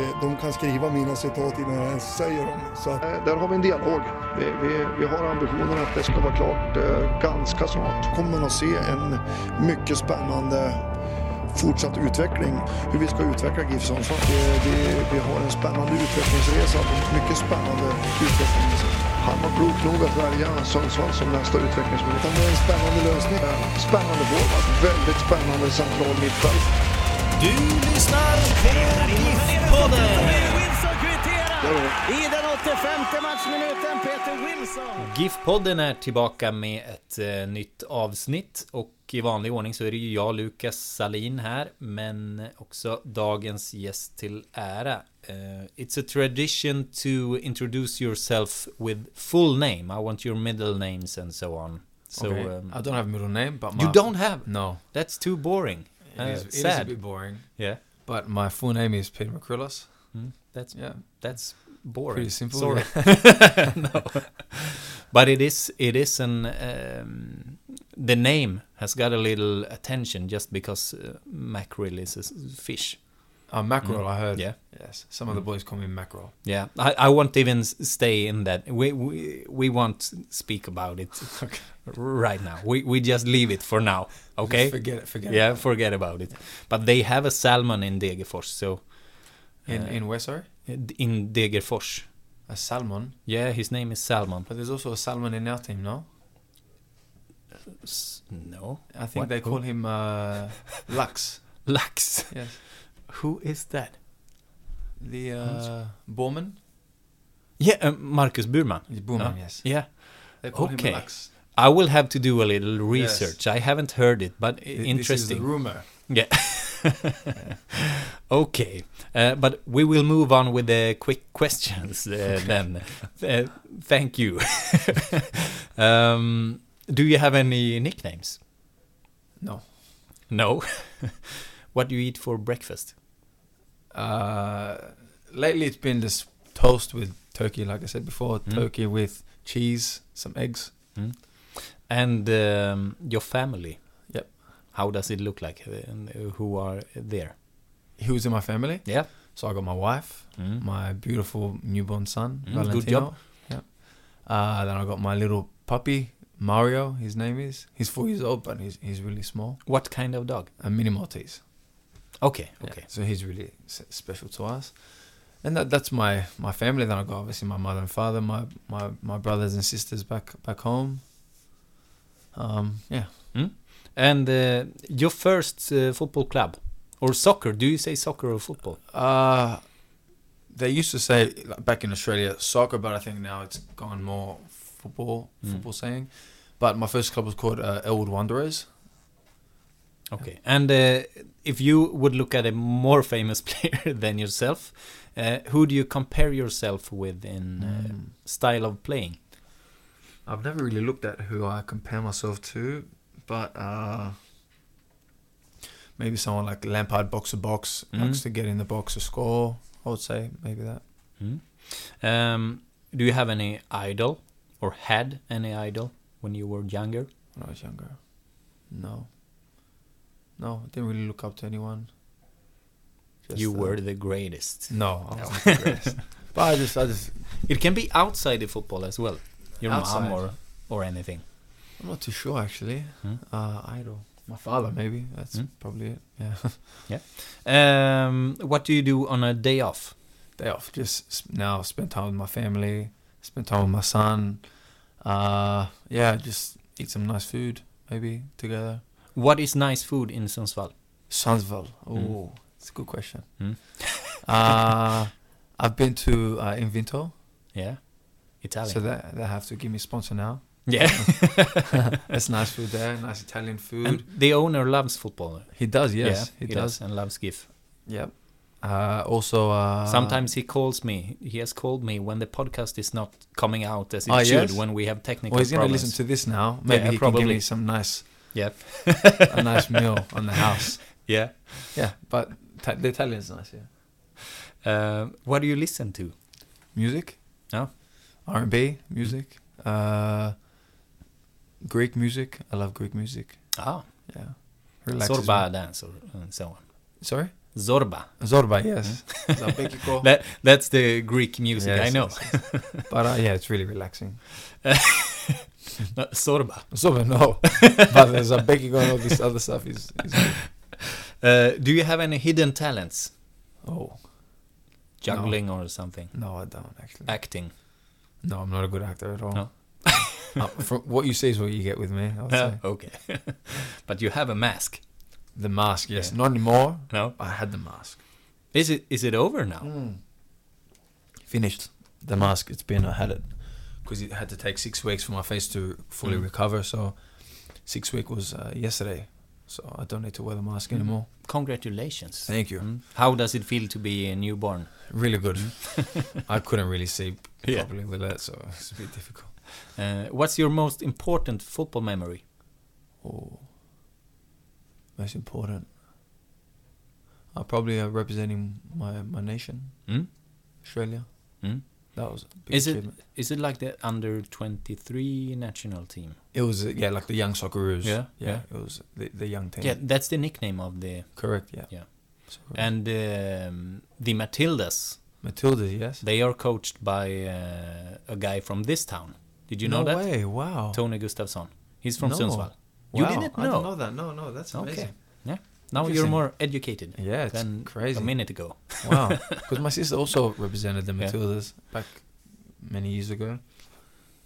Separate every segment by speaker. Speaker 1: Eh, De kan skriva mina citat innan jag ens säger dem. Så att,
Speaker 2: Eh, Där har vi en dialog. Vi, vi, vi har ambitionen att det ska vara klart eh, ganska snart.
Speaker 1: kommer man att se en mycket spännande fortsatt utveckling. Hur vi ska utveckla GIF Sundsvall.
Speaker 2: Eh, Vi, vi har en spännande utvecklingsresa. Mycket spännande utvecklingsresa. Han var klok nog att välja Sundsvall som nästa utvecklingsminister.
Speaker 1: Det är en spännande lösning.
Speaker 2: Eh, Spännande forward. Väldigt spännande central mittfält.
Speaker 3: Du lyssnar på GIF-podden.
Speaker 4: I den 85 matchminuten Peter Wilson.
Speaker 3: GIF-podden är tillbaka med ett eh, nytt avsnitt och i vanlig ordning så är det ju jag, Lukas Salin här, men också dagens gäst till ära. Eh, it's a tradition to introduce yourself with full name. I want your middle names and so on. So
Speaker 5: okay.
Speaker 3: um,
Speaker 5: I don't have middle name, but my
Speaker 3: you don't have.
Speaker 5: no.
Speaker 3: That's too boring.
Speaker 5: It,
Speaker 3: Uh,
Speaker 5: is, it is a
Speaker 3: sad.
Speaker 5: bit boring,
Speaker 3: yeah.
Speaker 5: but my full name is Peter McCrillis.
Speaker 3: Mm, That's
Speaker 5: Yeah,
Speaker 3: That's boring.
Speaker 5: pretty simple.
Speaker 3: Sorry. no. But it is it is an um, the name has got a little attention just because uh, mackerel is a s- fish.
Speaker 5: Oh, mackerel. I heard.
Speaker 3: Mm. Yeah. Mm.
Speaker 5: Yes. Some of the boys call me mackerel.
Speaker 3: Yeah, I, I won't even s- stay in that. We we, we won't speak about it right now. We we just leave it for now. Okay.
Speaker 5: Forget it. Forget
Speaker 3: yeah, forget about it. But they have a salmon in Degerfors, so
Speaker 5: it. In
Speaker 3: Uh,
Speaker 5: in where? Sorry,
Speaker 3: in Degerfors.
Speaker 5: a salmon.
Speaker 3: Yeah, his name is Salmon.
Speaker 5: But there's also a salmon in our team. No,
Speaker 3: S- No,
Speaker 5: I think
Speaker 3: What?
Speaker 5: they
Speaker 3: Who?
Speaker 5: call him uh, Lux.
Speaker 3: Lax.
Speaker 5: Yes.
Speaker 3: Who is that?
Speaker 5: The uh, Borman.
Speaker 3: Yeah, uh, Marcus Burman.
Speaker 5: The Borman.
Speaker 3: No.
Speaker 5: Yes.
Speaker 3: Yeah,
Speaker 5: They call
Speaker 3: Okay.
Speaker 5: him Lux.
Speaker 3: I will have to do a little research. I haven't heard it, but i-
Speaker 5: Th- This is
Speaker 3: interesting.
Speaker 5: the rumor.
Speaker 3: yeah. okay, uh, but we will move on with the quick questions uh, then. Th- thank you. um, do you have any nicknames?
Speaker 5: No.
Speaker 3: No. what do you eat for breakfast?
Speaker 5: Uh, lately, it's been this toast with turkey, like I said before,
Speaker 3: Mm.
Speaker 5: turkey with cheese, some eggs.
Speaker 3: And um, your family?
Speaker 5: Yep.
Speaker 3: How does it look like? uh, and, uh, Who are there?
Speaker 5: Who's in my family?
Speaker 3: Yeah.
Speaker 5: So I got my wife,
Speaker 3: Mm.
Speaker 5: my beautiful newborn son,
Speaker 3: Mm,
Speaker 5: Valentino.
Speaker 3: good job.
Speaker 5: Yeah. Uh, then I got my little puppy, Mario. His name is. He's four years old, but he's he's really small.
Speaker 3: What kind of dog?
Speaker 5: A mini Maltese.
Speaker 3: Okay,
Speaker 5: Yeah,
Speaker 3: okay.
Speaker 5: So he's really s- special to us. And that, that's my, my family. Then I got obviously my mother and father, my, my, my brothers and sisters back back home. Um, yeah,
Speaker 3: And uh, your first uh, football club or soccer? Do you say soccer or football?
Speaker 5: Uh, they used to say like, back in Australia soccer, but I think now it's gone more football.
Speaker 3: Mm.
Speaker 5: Football saying. But my first club was called uh, Elwood Wanderers.
Speaker 3: Okay. And uh, if you would look at a more famous player than yourself, uh, who do you compare yourself with in uh,
Speaker 5: Mm.
Speaker 3: style of playing?
Speaker 5: I've never really looked at who I compare myself to, but uh, maybe someone like Lampard, box to box,
Speaker 3: Mm.
Speaker 5: likes to get in the box to score. I would say maybe that.
Speaker 3: Mm. Um, do you have any idol or had any idol when you were younger?
Speaker 5: when I was younger. No. No, I didn't really look up to anyone. Just,
Speaker 3: you
Speaker 5: uh,
Speaker 3: were the greatest.
Speaker 5: No, I wasn't the greatest. But I just, I just,
Speaker 3: It can be outside the football as well. Your mom
Speaker 5: Outside.
Speaker 3: or or anything.
Speaker 5: I'm not too sure actually.
Speaker 3: Hmm?
Speaker 5: Uh, idol, my father maybe. That's
Speaker 3: Hmm?
Speaker 5: probably it. Yeah.
Speaker 3: Um, what do you do on a day off?
Speaker 5: Day off. Just s- now, spend time with my family. Spend time with my son. Uh, yeah, just eat some nice food maybe together.
Speaker 3: What is nice food in Sundsvall?
Speaker 5: Sundsvall. Oh,
Speaker 3: Mm.
Speaker 5: it's a good question.
Speaker 3: Hmm.
Speaker 5: uh, I've been to uh, Invento,
Speaker 3: Yeah, Italian.
Speaker 5: so they, they have to give me sponsor now.
Speaker 3: yeah,
Speaker 5: That's nice food there, nice Italian food.
Speaker 3: and the owner loves football.
Speaker 5: he does, yes,
Speaker 3: yeah,
Speaker 5: he, does.
Speaker 3: and loves GIF.
Speaker 5: Yep. Uh, also, uh,
Speaker 3: Sometimes he calls me. He has called me when the podcast is not coming out as it
Speaker 5: Ah,
Speaker 3: should.
Speaker 5: yes?
Speaker 3: When we have technical
Speaker 5: Well, he's going to
Speaker 3: problems.
Speaker 5: listen to this now. Maybe he can
Speaker 3: probably.
Speaker 5: give me some nice
Speaker 3: Yeah.
Speaker 5: a nice meal on the house.
Speaker 3: Yeah.
Speaker 5: Yeah, but ta- the Italian's nice. Yeah,
Speaker 3: Uh, what do you listen to?
Speaker 5: music.
Speaker 3: Yeah.
Speaker 5: R and B music. Uh, Greek music. I love Greek music.
Speaker 3: Ah,
Speaker 5: Yeah, me.
Speaker 3: Zorba dance or and so on.
Speaker 5: Sorry,
Speaker 3: Zorba.
Speaker 5: Zorba. Yes, Zabekiko.
Speaker 3: That that's the Greek music.
Speaker 5: Yes,
Speaker 3: I know.
Speaker 5: but uh, yeah, it's really relaxing.
Speaker 3: Not Zorba.
Speaker 5: Zorba, no, but the Zabekiko and all this other stuff is. is good.
Speaker 3: Uh, do you have any hidden talents?
Speaker 5: Oh
Speaker 3: Juggling or something?
Speaker 5: no, I don't actually.
Speaker 3: Acting.
Speaker 5: No, I'm not a good actor at all.
Speaker 3: No.
Speaker 5: Uh, from what you see is what you get with me. I would say.
Speaker 3: okay. but you have a mask.
Speaker 5: The mask, yes,
Speaker 3: Yeah.
Speaker 5: not anymore.
Speaker 3: No.
Speaker 5: I had the mask.
Speaker 3: Is it is it over now?
Speaker 5: finished the mask. It's been I had it because it had to take six weeks for my face to
Speaker 3: Mm.
Speaker 5: fully recover. So six week was uh, yesterday. So I don't need to wear the mask
Speaker 3: Mm.
Speaker 5: anymore.
Speaker 3: Congratulations.
Speaker 5: Thank you.
Speaker 3: Mm. How does it feel to be a newborn?
Speaker 5: Really good. I couldn't really see
Speaker 3: Mm. Yeah.
Speaker 5: properly with that, so it's a bit difficult.
Speaker 3: Uh, what's your most important football memory?
Speaker 5: Oh, most important. I probably uh, representing my my nation,
Speaker 3: Mm?
Speaker 5: Australia.
Speaker 3: Mm?
Speaker 5: That was a big
Speaker 3: Is it
Speaker 5: achievement.
Speaker 3: is it like the under twenty three national team?
Speaker 5: It was uh, yeah, like the young Socceroos.
Speaker 3: Yeah,
Speaker 5: yeah. It was the, the young team.
Speaker 3: Yeah, that's the nickname of the
Speaker 5: correct. Yeah,
Speaker 3: Yeah.
Speaker 5: Socceroos.
Speaker 3: and um, the Matildas.
Speaker 5: Matilda, yes.
Speaker 3: They are coached by uh, a guy from this town. Did you know
Speaker 5: no
Speaker 3: that?
Speaker 5: way! Wow.
Speaker 3: Tony Gustafsson. He's from
Speaker 5: No.
Speaker 3: Sundsvall.
Speaker 5: Wow,
Speaker 3: You didn't
Speaker 5: I
Speaker 3: know.
Speaker 5: know that. No, no, that's
Speaker 3: Okay.
Speaker 5: amazing.
Speaker 3: Yeah. Now you're
Speaker 5: Interesting.
Speaker 3: more educated.
Speaker 5: Yeah, it's
Speaker 3: than
Speaker 5: crazy.
Speaker 3: A minute ago.
Speaker 5: Wow. Because my sister also represented the
Speaker 3: Yeah.
Speaker 5: Matildas back many years ago.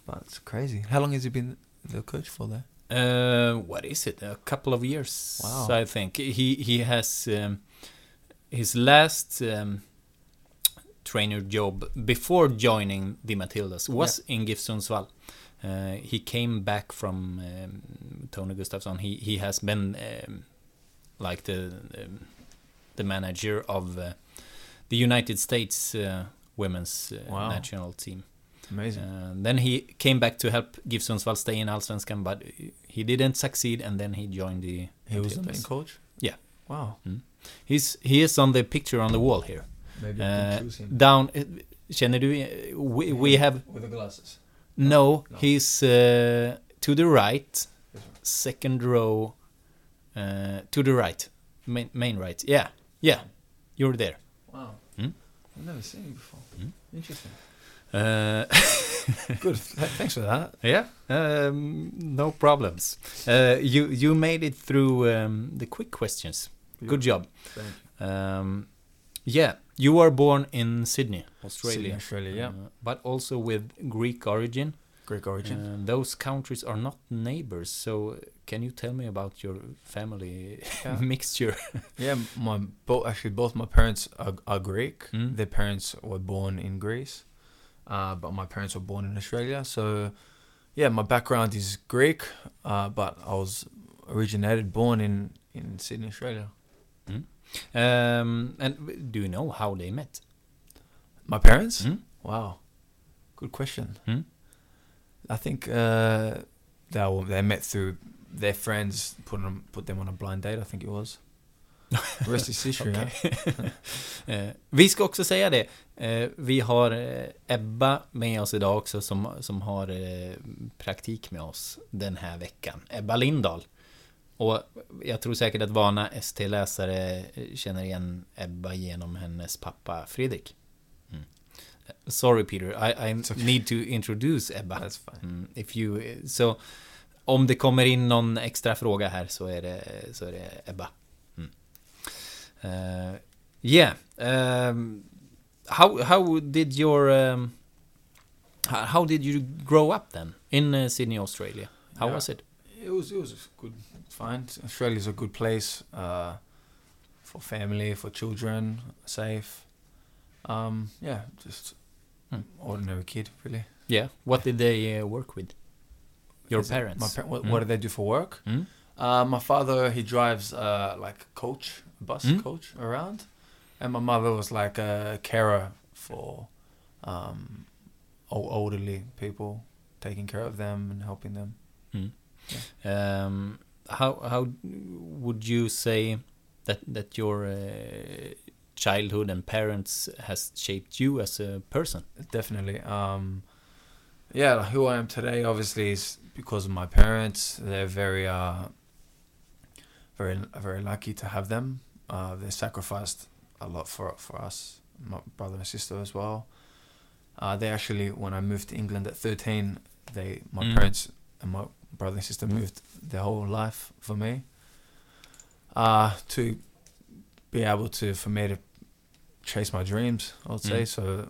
Speaker 5: But it's crazy. How long has he been the coach for there?
Speaker 3: Uh, what is it? A couple of years,
Speaker 5: Wow.
Speaker 3: I think. He he has um, his last um, trainer job before joining the Matildas was in GIF Sundsvall. Uh, he came back from um, Tony Gustafsson. He he has been um, like the um, the manager of uh, the United States uh, women's uh,
Speaker 5: Wow.
Speaker 3: national team.
Speaker 5: Amazing.
Speaker 3: And Eh, then he came back to help give Sundsvall stay in Allsvenskan, but he didn't succeed, and then he joined the.
Speaker 5: he was the
Speaker 3: Matildas.
Speaker 5: main coach.
Speaker 3: Yeah.
Speaker 5: Wow.
Speaker 3: He's he is on the picture on the wall here.
Speaker 5: Maybe
Speaker 3: Uh, down, eh, känner du? eh, We, we have
Speaker 5: with the glasses.
Speaker 3: no.
Speaker 5: no.
Speaker 3: He's uh, to the right, second row, uh, to the right, main, main right. Yeah, yeah, you're there.
Speaker 5: Wow.
Speaker 3: Hmm?
Speaker 5: I've never seen him before. Interesting.
Speaker 3: Uh,
Speaker 5: Hmm? Good. Th- Thanks for that.
Speaker 3: yeah, um, no problems. Uh, you you made it through um, the quick questions. Good job.
Speaker 5: Thank you.
Speaker 3: Um, yeah, you were born in Sydney, Australia.
Speaker 5: Sydney, Australia, yeah.
Speaker 3: Uh, but also with Greek origin.
Speaker 5: Greek origin.
Speaker 3: Uh, those countries are not neighbors. So, uh, can you tell me about your family
Speaker 5: Yeah.
Speaker 3: mixture?
Speaker 5: Yeah, m- my both actually both my parents are, are Greek.
Speaker 3: Mm.
Speaker 5: Their parents were born in Greece, uh, but my parents were born in Australia. So, yeah, my background is Greek, uh, but I was originated born in in Sydney, Australia.
Speaker 3: Um, and w- do you know how they met?
Speaker 5: My parents?
Speaker 3: Mm.
Speaker 5: Wow, good question.
Speaker 3: Mm.
Speaker 5: I think uh, they were, they met through their friends put them put them on a blind date. I think it was. The rest is history.
Speaker 3: Okej.
Speaker 5: eh?
Speaker 3: Eh, vi ska också säga det. Eh, vi har eh, Ebba med oss idag också som, som har eh, praktik med oss den här veckan. Ebba Lindahl. Och jag tror säkert att vana ST-läsare eh, känner igen Ebba genom hennes pappa Fredrik. Mm. Eh, Sorry Peter, I, I need to introduce Ebba.
Speaker 5: That's fine.
Speaker 3: Mm, if you, eh, so, om det kommer in någon extra fråga här så är det, så är det Ebba. Mm. Eh, yeah. Um, how how did your um, how, how did you grow up then in uh, Sydney, Australia? How
Speaker 5: Yeah.
Speaker 3: was it?
Speaker 5: It was it was a good find. Australia's a good place uh, for family, for children, safe. Um, yeah, just
Speaker 3: Hmm.
Speaker 5: ordinary kid, really.
Speaker 3: Yeah. What did they uh, work with? Your
Speaker 5: Is it-
Speaker 3: parents.
Speaker 5: My par- what,
Speaker 3: Mm.
Speaker 5: what do they do for work?
Speaker 3: Mm?
Speaker 5: Uh, my father he drives uh, like coach bus
Speaker 3: Hmm?
Speaker 5: coach around, and my mother was like a carer for um, o- elderly people, taking care of them and helping them.
Speaker 3: Um, how how would you say that that your uh, childhood and parents has shaped you as a person?
Speaker 5: Definitely. Um, yeah, like who I am today obviously is because of my parents. They're very, uh, very, very lucky to have them. Uh, they sacrificed a lot for for us, my brother and sister as well. Uh, they actually, when I moved to England at thirteen, they my
Speaker 3: Mm.
Speaker 5: parents and my brother and sister moved their whole life for me. Uh, to be able to for me to chase my dreams, I would say.
Speaker 3: Mm.
Speaker 5: So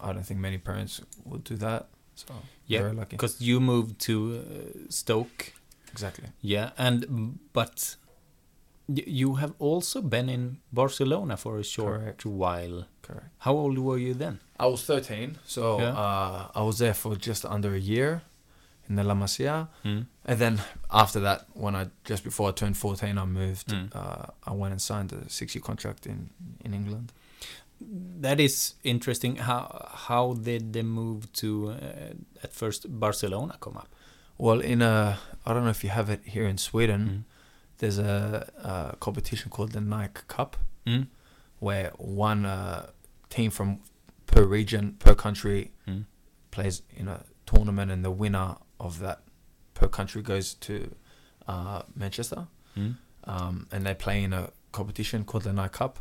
Speaker 5: I don't think many parents would do that. So
Speaker 3: Yeah,
Speaker 5: very lucky.
Speaker 3: Because you moved to uh, Stoke,
Speaker 5: Exactly.
Speaker 3: yeah, and mm, but y- you have also been in Barcelona for a short
Speaker 5: Correct.
Speaker 3: while.
Speaker 5: Correct.
Speaker 3: How old were you then?
Speaker 5: I was 13, so
Speaker 3: Yeah.
Speaker 5: uh, I was there for just under a year in the La Masia. And then after that, when I just before I turned 14, I moved.
Speaker 3: Mm.
Speaker 5: Uh, I went and signed a six year contract in, in England.
Speaker 3: That is interesting. How how did the move to uh, at first Barcelona come up?
Speaker 5: Well, in a, I don't know if you have it here
Speaker 3: Mm. Hmm.
Speaker 5: in Sweden, there's a, a competition called the Nike Cup
Speaker 3: Mm.
Speaker 5: where one uh, team from per region, per country
Speaker 3: Mm.
Speaker 5: plays in a tournament, and the winner of that per country goes to uh, Manchester.
Speaker 3: Mm.
Speaker 5: um, and they play in a competition called the Night Cup,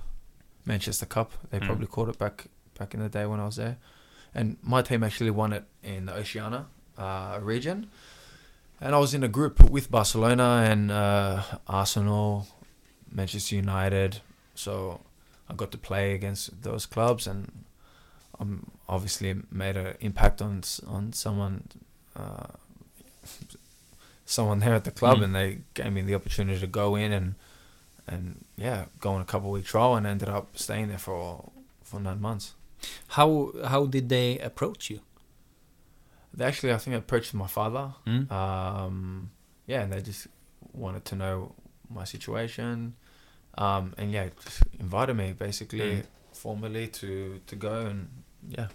Speaker 5: Manchester Cup. They
Speaker 3: Mm.
Speaker 5: probably called it back back in the day when I was there, and my team actually won it in the Oceania uh, region. And I was in a group with Barcelona and uh, Arsenal, Manchester United, so I got to play against those clubs, and um, obviously made an impact on s- on someone. Uh, someone there at the club
Speaker 3: Mm.
Speaker 5: and they gave me the opportunity to go in and and yeah, go on a couple week trial and ended up staying there for for nine months.
Speaker 3: How how did they approach you?
Speaker 5: They actually, I think, approached my father.
Speaker 3: Mm-hmm.
Speaker 5: Um, yeah, and they just wanted to know my situation, um, and yeah, just invited me basically
Speaker 3: Mm.
Speaker 5: formally to to go and yeah,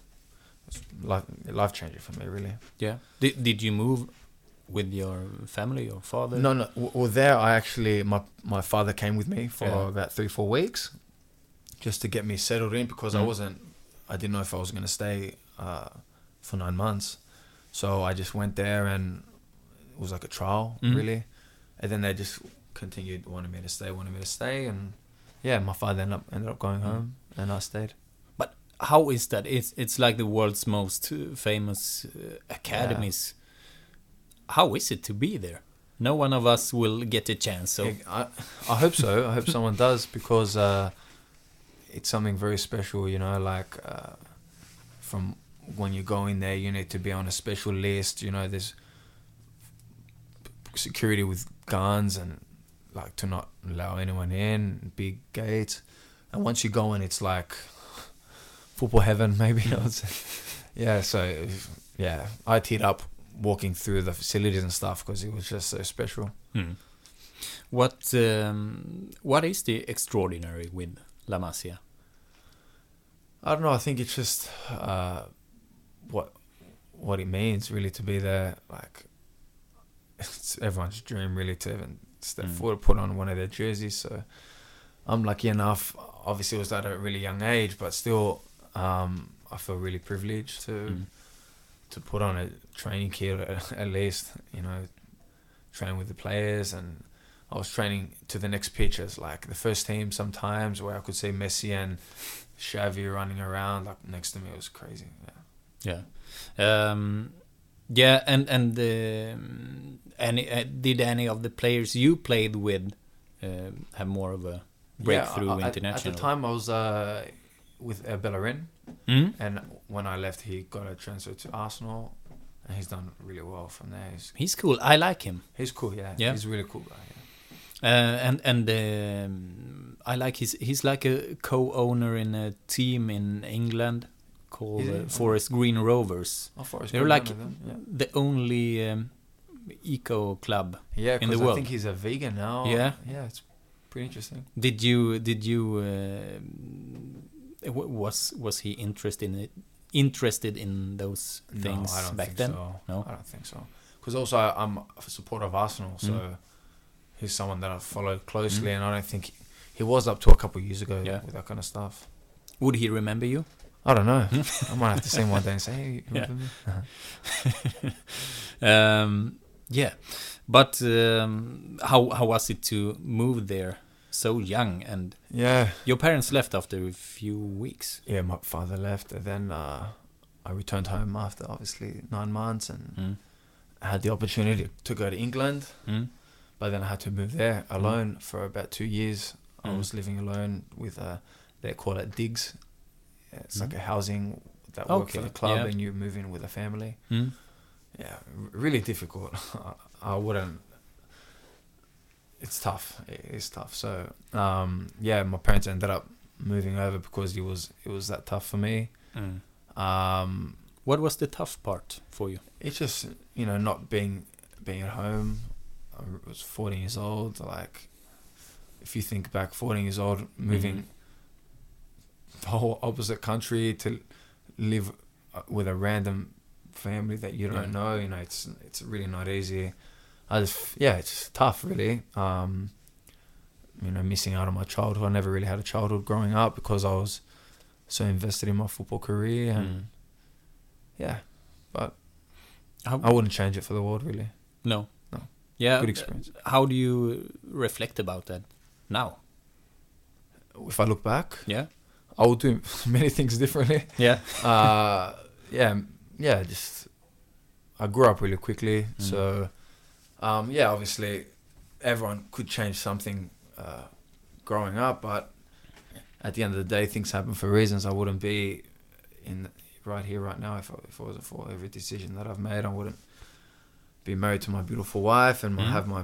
Speaker 5: it's life life changing for me really.
Speaker 3: Yeah. Did, did you move with your family, your father?
Speaker 5: No, no. w- Well, there I actually my my father came with me for
Speaker 3: Yeah.
Speaker 5: about three four weeks, just to get me settled in because I
Speaker 3: Mm.
Speaker 5: wasn't, I didn't know if I was gonna stay uh, for nine months, so I just went there and it was like a trial
Speaker 3: Mm.
Speaker 5: really, and then they just continued wanting me to stay, wanting me to stay, and yeah, my father ended up ended up
Speaker 3: Mm.
Speaker 5: going home and I stayed.
Speaker 3: But how is that? It's it's like the world's most uh, famous uh, academies. How is it to be there? No one of us will get a chance. So
Speaker 5: Yeah, I, I hope so. I hope someone does because uh, it's something very special, you know, like uh, from when you go in there, you need to be on a special list, you know, there's security with guns and like to not allow anyone in, big gates. And once you go in, it's like football heaven, maybe. I would say. Yeah, so yeah, I teed up walking through the facilities and stuff because it was just so special.
Speaker 3: Hmm. What um, what is the extraordinary with La Masia?
Speaker 5: I don't know. I think it's just uh, what what it means really to be there. Like it's everyone's dream really to even step
Speaker 3: Mm.
Speaker 5: forward, put on one of their jerseys. So I'm lucky enough. Obviously, it was at a really young age, but still, um, I feel really privileged to
Speaker 3: Mm.
Speaker 5: to put on a training kit at, at least. You know, train with the players and. I was training to the next pitches, like the first team sometimes, where I could see Messi and Xavi running around like next to me. It was crazy. Yeah.
Speaker 3: Yeah, um, yeah, and and um any uh, did any of the players you played with uh, have more of a breakthrough
Speaker 5: Yeah, I- I-
Speaker 3: international?
Speaker 5: At the time, I was uh, with uh, Bellerin,
Speaker 3: Hmm?
Speaker 5: and when I left, he got a transfer to Arsenal, and he's done really well from there. He's,
Speaker 3: He's cool. I like him.
Speaker 5: he's cool, yeah.
Speaker 3: Yeah.
Speaker 5: He's a really cool guy. Yeah.
Speaker 3: Uh, and and um, I like his. He's like a co-owner in a team in England called
Speaker 5: Is he?
Speaker 3: uh, Forest Green Rovers.
Speaker 5: Oh, Forrest
Speaker 3: They're
Speaker 5: Green,
Speaker 3: like
Speaker 5: one of them,
Speaker 3: the only um, eco club.
Speaker 5: yeah, yeah
Speaker 3: in the
Speaker 5: 'cause I
Speaker 3: world.
Speaker 5: think he's a vegan now.
Speaker 3: Yeah.
Speaker 5: yeah, it's pretty interesting.
Speaker 3: Did you did you uh, w- was was he interested in it, interested in those things
Speaker 5: no, I don't
Speaker 3: back
Speaker 5: think
Speaker 3: then?
Speaker 5: So.
Speaker 3: No? Mm.
Speaker 5: I don't think so. Because also I, I'm a supporter of Arsenal, so he's someone that I follow closely, and I don't think he was up to a couple of years ago
Speaker 3: Yeah.
Speaker 5: with that kind of stuff.
Speaker 3: Would he remember you?
Speaker 5: I don't know. I might have to see him one day and say, "Hey, you
Speaker 3: Yeah.
Speaker 5: remember me?"
Speaker 3: Um, yeah, but um, how how was it to move there so young? And
Speaker 5: yeah,
Speaker 3: your parents left after a few weeks.
Speaker 5: yeah. My father left, and then uh, I returned home after obviously nine months, and
Speaker 3: Mm.
Speaker 5: had the opportunity to go to England.
Speaker 3: Mm.
Speaker 5: but then I had to move there alone for about two years. I
Speaker 3: Mm.
Speaker 5: was living alone with uh, they call it digs. It's like
Speaker 3: Mhm.
Speaker 5: a housing that work for
Speaker 3: Oh, Okay,
Speaker 5: the club,
Speaker 3: yeah.
Speaker 5: and you move in with a family.
Speaker 3: Mm.
Speaker 5: Yeah, r- really difficult. I wouldn't. It's tough. It- It's tough. So um, yeah, my parents ended up moving over because it was it was that tough for me.
Speaker 3: Mm.
Speaker 5: Um,
Speaker 3: What was the tough part for you?
Speaker 5: it's just you know not being being at home. I was 14 years old. Like, if you think back, 14 years old, moving the whole opposite country to live uh, with a random family that you don't
Speaker 3: Yeah.
Speaker 5: know. You know, it's it's really not easy. I just yeah, it's tough, really. Um, you know, missing out on my childhood. I never really had a childhood growing up because I was so invested in my football career and
Speaker 3: Mm.
Speaker 5: yeah, but
Speaker 3: How-
Speaker 5: I wouldn't change it for the world, really.
Speaker 3: No.
Speaker 5: No.
Speaker 3: Yeah. Uh,
Speaker 5: Good experience.
Speaker 3: How do you reflect about that now?
Speaker 5: If I look back,
Speaker 3: Yeah.
Speaker 5: I would do many things differently.
Speaker 3: Yeah.
Speaker 5: Uh, yeah, m- yeah, just I grew up really quickly,
Speaker 3: Mm.
Speaker 5: so um, yeah, obviously everyone could change something uh, growing up, but at the end of the day, things happen for reasons. I wouldn't be in right here, right now, if I, if I wasn't for every decision that I've made. I wouldn't be married to my beautiful wife and
Speaker 3: Mm.
Speaker 5: have my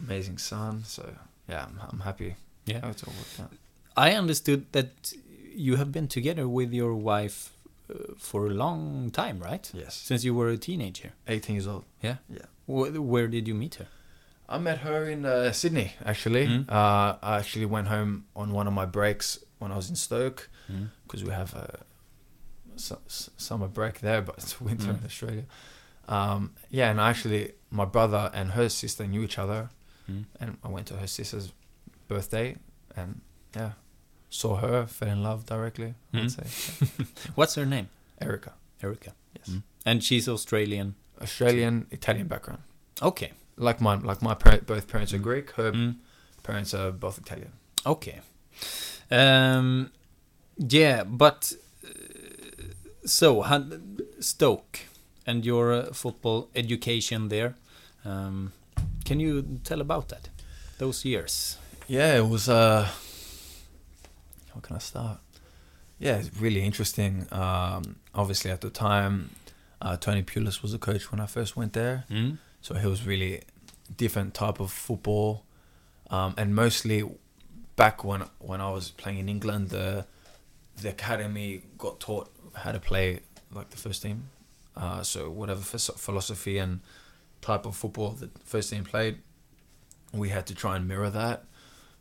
Speaker 5: amazing son. So yeah, I'm, I'm happy.
Speaker 3: Yeah.
Speaker 5: how it's all worked out.
Speaker 3: I understood that you have been together with your wife uh, for a long time, right?
Speaker 5: Yes,
Speaker 3: Since you were a teenager.
Speaker 5: 18 years old.
Speaker 3: Yeah.
Speaker 5: Yeah.
Speaker 3: Wh- Where did you meet her?
Speaker 5: I met her in uh, Sydney, actually.
Speaker 3: Mm.
Speaker 5: Uh, I actually went home on one of my breaks when I was in Stoke
Speaker 3: Mm.
Speaker 5: because we have a su- s- summer break there, but it's winter in Australia. Um, yeah, and actually, my brother and her sister knew each other,
Speaker 3: Mm.
Speaker 5: and I went to her sister's birthday and yeah, saw her, fell in love directly. I'd
Speaker 3: Mm.
Speaker 5: say
Speaker 3: What's her name?
Speaker 5: Erica,
Speaker 3: Erica.
Speaker 5: yes,
Speaker 3: Mm. And she's Australian.
Speaker 5: Australian Italian background,
Speaker 3: Okay.
Speaker 5: like mine. Like my par- both parents are Greek. Her
Speaker 3: Mm.
Speaker 5: parents are both Italian.
Speaker 3: Okay. Um, yeah, but uh, so Han- Stoke and your uh, football education there. Um, can you tell about that? Those years.
Speaker 5: Yeah, it was. Uh, how can I start? Yeah, it's really interesting. Um, obviously, at the time, uh, Tony Pulis was the coach when I first went there,
Speaker 3: Mm.
Speaker 5: so he was really different type of football, um, and mostly back when when I was playing in England, the the academy got taught how to play like the first team. Uh, so whatever phis- philosophy and type of football the first team played, we had to try and mirror that,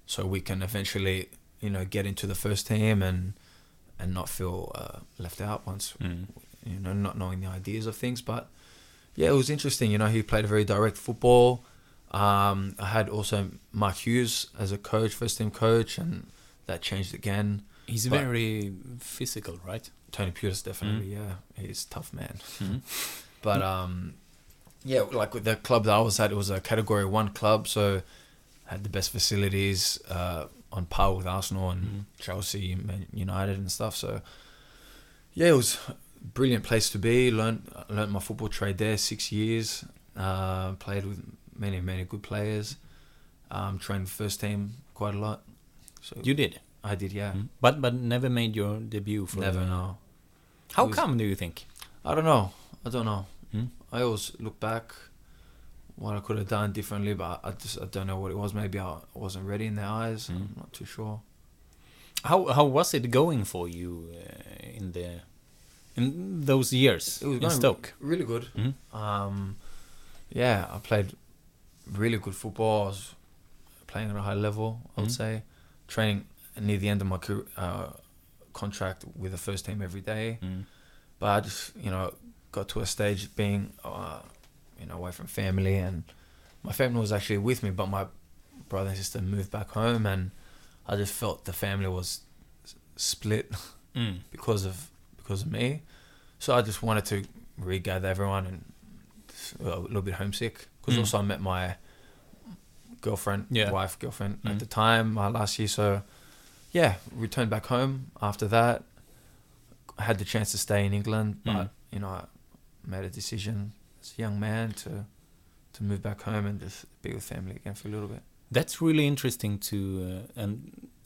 Speaker 5: so we can eventually you know get into the first team and and not feel uh, left out once
Speaker 3: Mm.
Speaker 5: you know, not knowing the ideas of things. But yeah, it was interesting. You know, he played a very direct football. Um, I had also Mark Hughes as a coach, first team coach, and that changed again.
Speaker 3: He's
Speaker 5: But-
Speaker 3: very physical, right?
Speaker 5: Tony Pulis definitely, yeah, he's a tough man.
Speaker 3: Mhm.
Speaker 5: but um, yeah, like with the club that I was at, it was a Category One club, so had the best facilities uh, on par with Arsenal and Chelsea, Man United, and stuff. So yeah, it was a brilliant place to be. Learned learned my football trade there. Six years, uh, played with many many good players. Um, trained the first team quite a lot. So
Speaker 3: You did,
Speaker 5: I did, yeah. uh,
Speaker 3: Mm. but but never made your debut for.
Speaker 5: Never know.
Speaker 3: How
Speaker 5: It was-
Speaker 3: come do you think?
Speaker 5: I don't know. I don't know.
Speaker 3: Mm.
Speaker 5: I always look back what I could have done differently, but I just I don't know what it was. Maybe I wasn't ready in their eyes. I'm not too sure.
Speaker 3: How how was it going for you uh, in the in those years
Speaker 5: It was
Speaker 3: in
Speaker 5: going
Speaker 3: Stoke?
Speaker 5: really good.
Speaker 3: Mhm.
Speaker 5: Um, yeah, I played really good football. I was playing at a high level, I would
Speaker 3: Mhm.
Speaker 5: say. Training near the end of my career, uh, contract with the first team every day.
Speaker 3: Mm.
Speaker 5: but I just you know got to a stage being uh, you know away from family and my family was actually with me but my brother and sister moved back home, and I just felt the family was s- split
Speaker 3: Mm.
Speaker 5: because of because of me. So I just wanted to regather everyone and s- a little bit homesick because
Speaker 3: Mm.
Speaker 5: also I met my girlfriend,
Speaker 3: Yeah.
Speaker 5: wife, girlfriend
Speaker 3: Mm.
Speaker 5: at the time my last year. So yeah, returned back home after that. I had the chance to stay in England, but
Speaker 3: Mm.
Speaker 5: you know I made a decision as a young man to to move back home and just be with family again for a little bit.
Speaker 3: That's really interesting to uh, and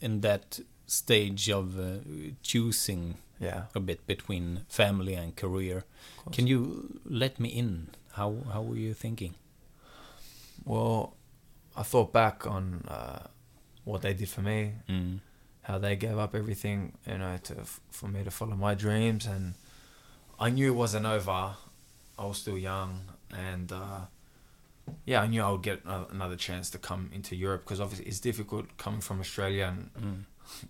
Speaker 3: in that stage of uh, choosing
Speaker 5: Yeah.
Speaker 3: a bit between family and career.
Speaker 5: of course.
Speaker 3: Can you let me in? How how were you thinking?
Speaker 5: Well, I thought back on uh, what they did for me,
Speaker 3: Mm.
Speaker 5: how they gave up everything, you know, to f- for me to follow my dreams, and I knew it wasn't over. I was still young, and uh, yeah, I knew I would get a- another chance to come into Europe because obviously it's difficult coming from Australia and
Speaker 3: Mm.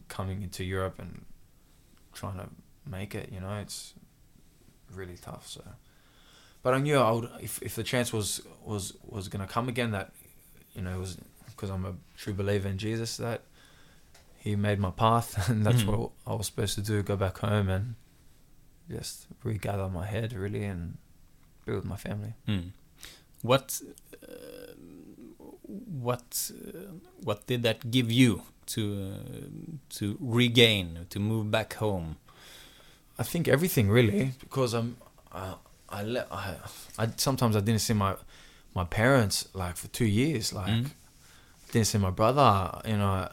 Speaker 5: coming into Europe and trying to make it. You know, it's really tough. So, but I knew I would if, if the chance was was was gonna come again. That you know it was because I'm a true believer in Jesus. That He made my path, and that's
Speaker 3: Mhm.
Speaker 5: what I was supposed to do: go back home and just regather my head, really, and build my family.
Speaker 3: Mm. What uh, what uh, what did that give you to uh, to regain to move back home?
Speaker 5: I think everything really because I'm I I, le- I, I sometimes I didn't see my my parents like for two years like
Speaker 3: Mm.
Speaker 5: didn't see my brother you know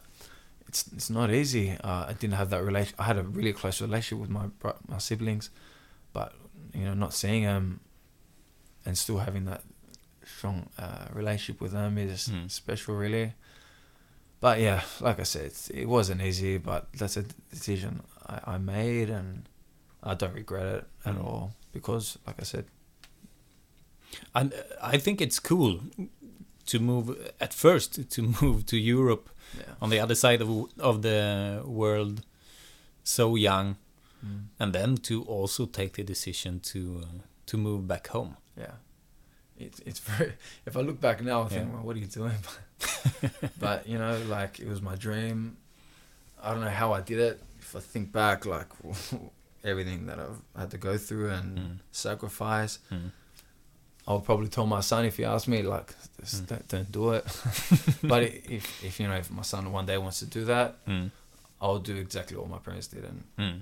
Speaker 5: it's it's not easy uh, I didn't have that relation I had a really close relationship with my bro- my siblings but you know not seeing them and still having that strong uh, relationship with them is
Speaker 3: Mm.
Speaker 5: special really but yeah, like I said, it's- it wasn't easy, but that's a decision I, I made, and I don't regret it at
Speaker 3: Mm.
Speaker 5: all because, like I said,
Speaker 3: And uh, I think it's cool to move at first to move to Europe
Speaker 5: yeah,
Speaker 3: on the other side of of the world so young
Speaker 5: mm.
Speaker 3: and then to also take the decision to uh, to move back home.
Speaker 5: yeah, it's it's very. If I look back now, I think,
Speaker 3: Yeah.
Speaker 5: well, what are you doing? but you know, like it was my dream. I don't know how I did it. If I think back, like everything that I've had to go through and
Speaker 3: Mm.
Speaker 5: sacrifice,
Speaker 3: Mm.
Speaker 5: I'll probably tell my son if he asks me, like, just
Speaker 3: Mm.
Speaker 5: don't, don't do it. but i- if, if you know, if my son one day wants to do that,
Speaker 3: Mm.
Speaker 5: I'll do exactly what my parents did and
Speaker 3: Mm.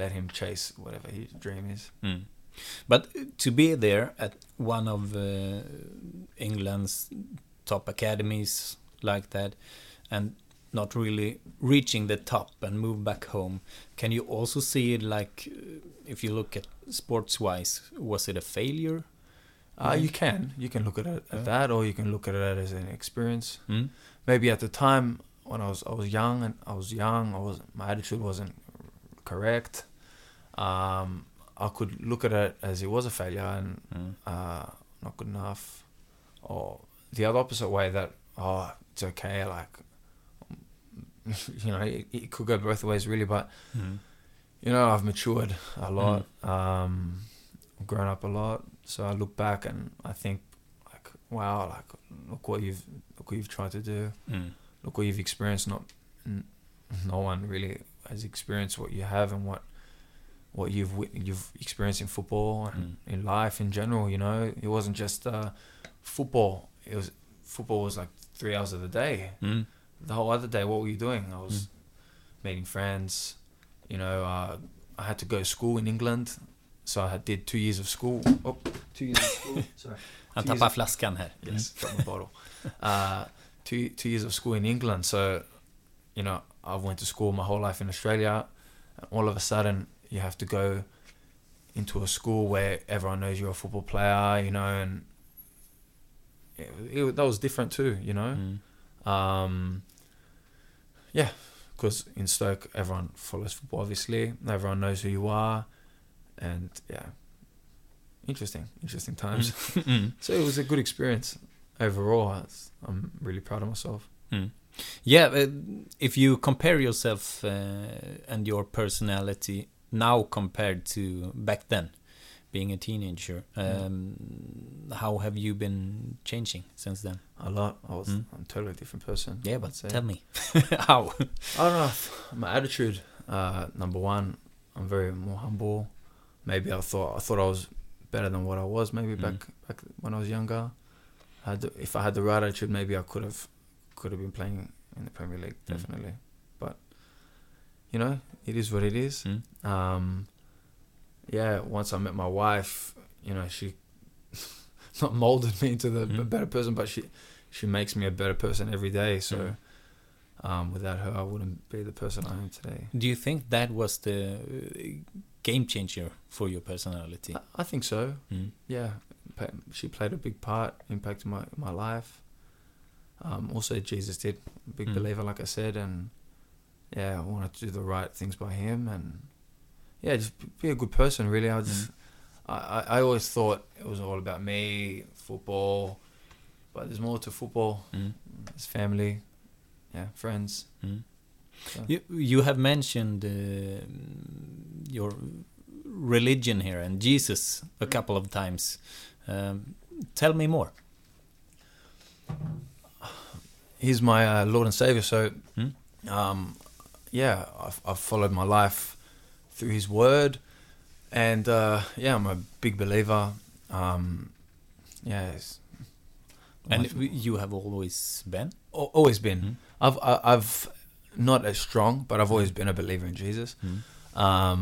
Speaker 5: let him chase whatever his dream is.
Speaker 3: Mm. But to be there at one of uh, England's top academies like that and not really reaching the top and move back home, can you also see it like uh, if you look at sports wise, was it a failure?
Speaker 5: Uh, you can, you can look at it at
Speaker 3: Yeah.
Speaker 5: that, or you can look at it as an experience.
Speaker 3: Mm.
Speaker 5: Maybe at the time when I was I was young and I was young, I was my attitude wasn't correct. Um, I could look at it as it was a failure and
Speaker 3: Mm.
Speaker 5: uh, not good enough, or the other opposite way that oh it's okay, like you know it, it could go both ways really. But
Speaker 3: Mm.
Speaker 5: you know I've matured a lot, um, grown up a lot, so I look back and I think like wow, like look what you've look what you've tried to do,
Speaker 3: Mm.
Speaker 5: look what you've experienced. Not n- no one really has experienced what you have and what. What you've wit- you've experienced in football and
Speaker 3: Mm.
Speaker 5: in life in general. You know, it wasn't just uh, football. It was football was like three hours of the day.
Speaker 3: Mm.
Speaker 5: The whole other day, what were you doing? I was meeting friends. You know, uh, I had to go to school in England, so I had- did two years of school. Oh, two years of school. Sorry.
Speaker 3: Han
Speaker 5: Two years
Speaker 3: tappar
Speaker 5: of-
Speaker 3: flaskan här.
Speaker 5: Yes, got my bottle. Uh, two two years of school in England, so you know I went to school my whole life in Australia. And all of a sudden, you have to go into a school where everyone knows you're a football player, you know, and it, it, that was different too, you know.
Speaker 3: Mm.
Speaker 5: Um, yeah, because in Stoke, everyone follows football. Obviously, everyone knows who you are, and yeah, interesting, interesting times.
Speaker 3: Mm.
Speaker 5: So it was a good experience overall. It's- I'm really proud of myself.
Speaker 3: Yeah, uh, if you compare yourself eh, uh, and your personality now compared to back then, being a teenager. Um, How have you been changing since then?
Speaker 5: A lot. I was.
Speaker 3: Mm.
Speaker 5: I'm a totally different person.
Speaker 3: Yeah, but
Speaker 5: I'd say.
Speaker 3: tell me how.
Speaker 5: I don't know. My attitude, uh, number one, I'm very more humble. Maybe I thought I thought I was better than what I was. Maybe
Speaker 3: Mm.
Speaker 5: back back when I was younger, I had the, if I had the right attitude, maybe I could have could have been playing in the Premier League
Speaker 3: Mm.
Speaker 5: definitely. But you know, it is what it is.
Speaker 3: Mm.
Speaker 5: Um, yeah. Once I met my wife, you know, she not molded me into the b-
Speaker 3: Mm.
Speaker 5: better person, but she she makes me a better person every day. So
Speaker 3: Mm.
Speaker 5: um, without her, I wouldn't be the person I am today.
Speaker 3: Do you think that was the uh, game changer for your personality?
Speaker 5: I, I think so.
Speaker 3: Mm.
Speaker 5: Yeah, Pa- she played a big part, impacted my my life. Um, also, Jesus did. Big
Speaker 3: Mm.
Speaker 5: believer, like I said, and yeah, I wanted to do the right things by Him, and yeah, just b- be a good person. Really, I just, I, I I always thought it was all about me, football, but there's more to football.
Speaker 3: Mm.
Speaker 5: It's family, yeah, friends.
Speaker 3: Hmm. You, you have mentioned uh, your religion here and Jesus
Speaker 5: Hmm.
Speaker 3: a couple of times. Um, tell me more.
Speaker 5: he's my uh, Lord and Savior. So,
Speaker 3: Hmm?
Speaker 5: um, yeah, I've, I've followed my life through His Word, and uh, yeah, I'm a big believer. Um, yeah, it's
Speaker 3: And you have always been.
Speaker 5: al- always been.
Speaker 3: Hmm.
Speaker 5: I've I- I've not as strong, but I've always been a believer in Jesus.
Speaker 3: Mm.
Speaker 5: Um,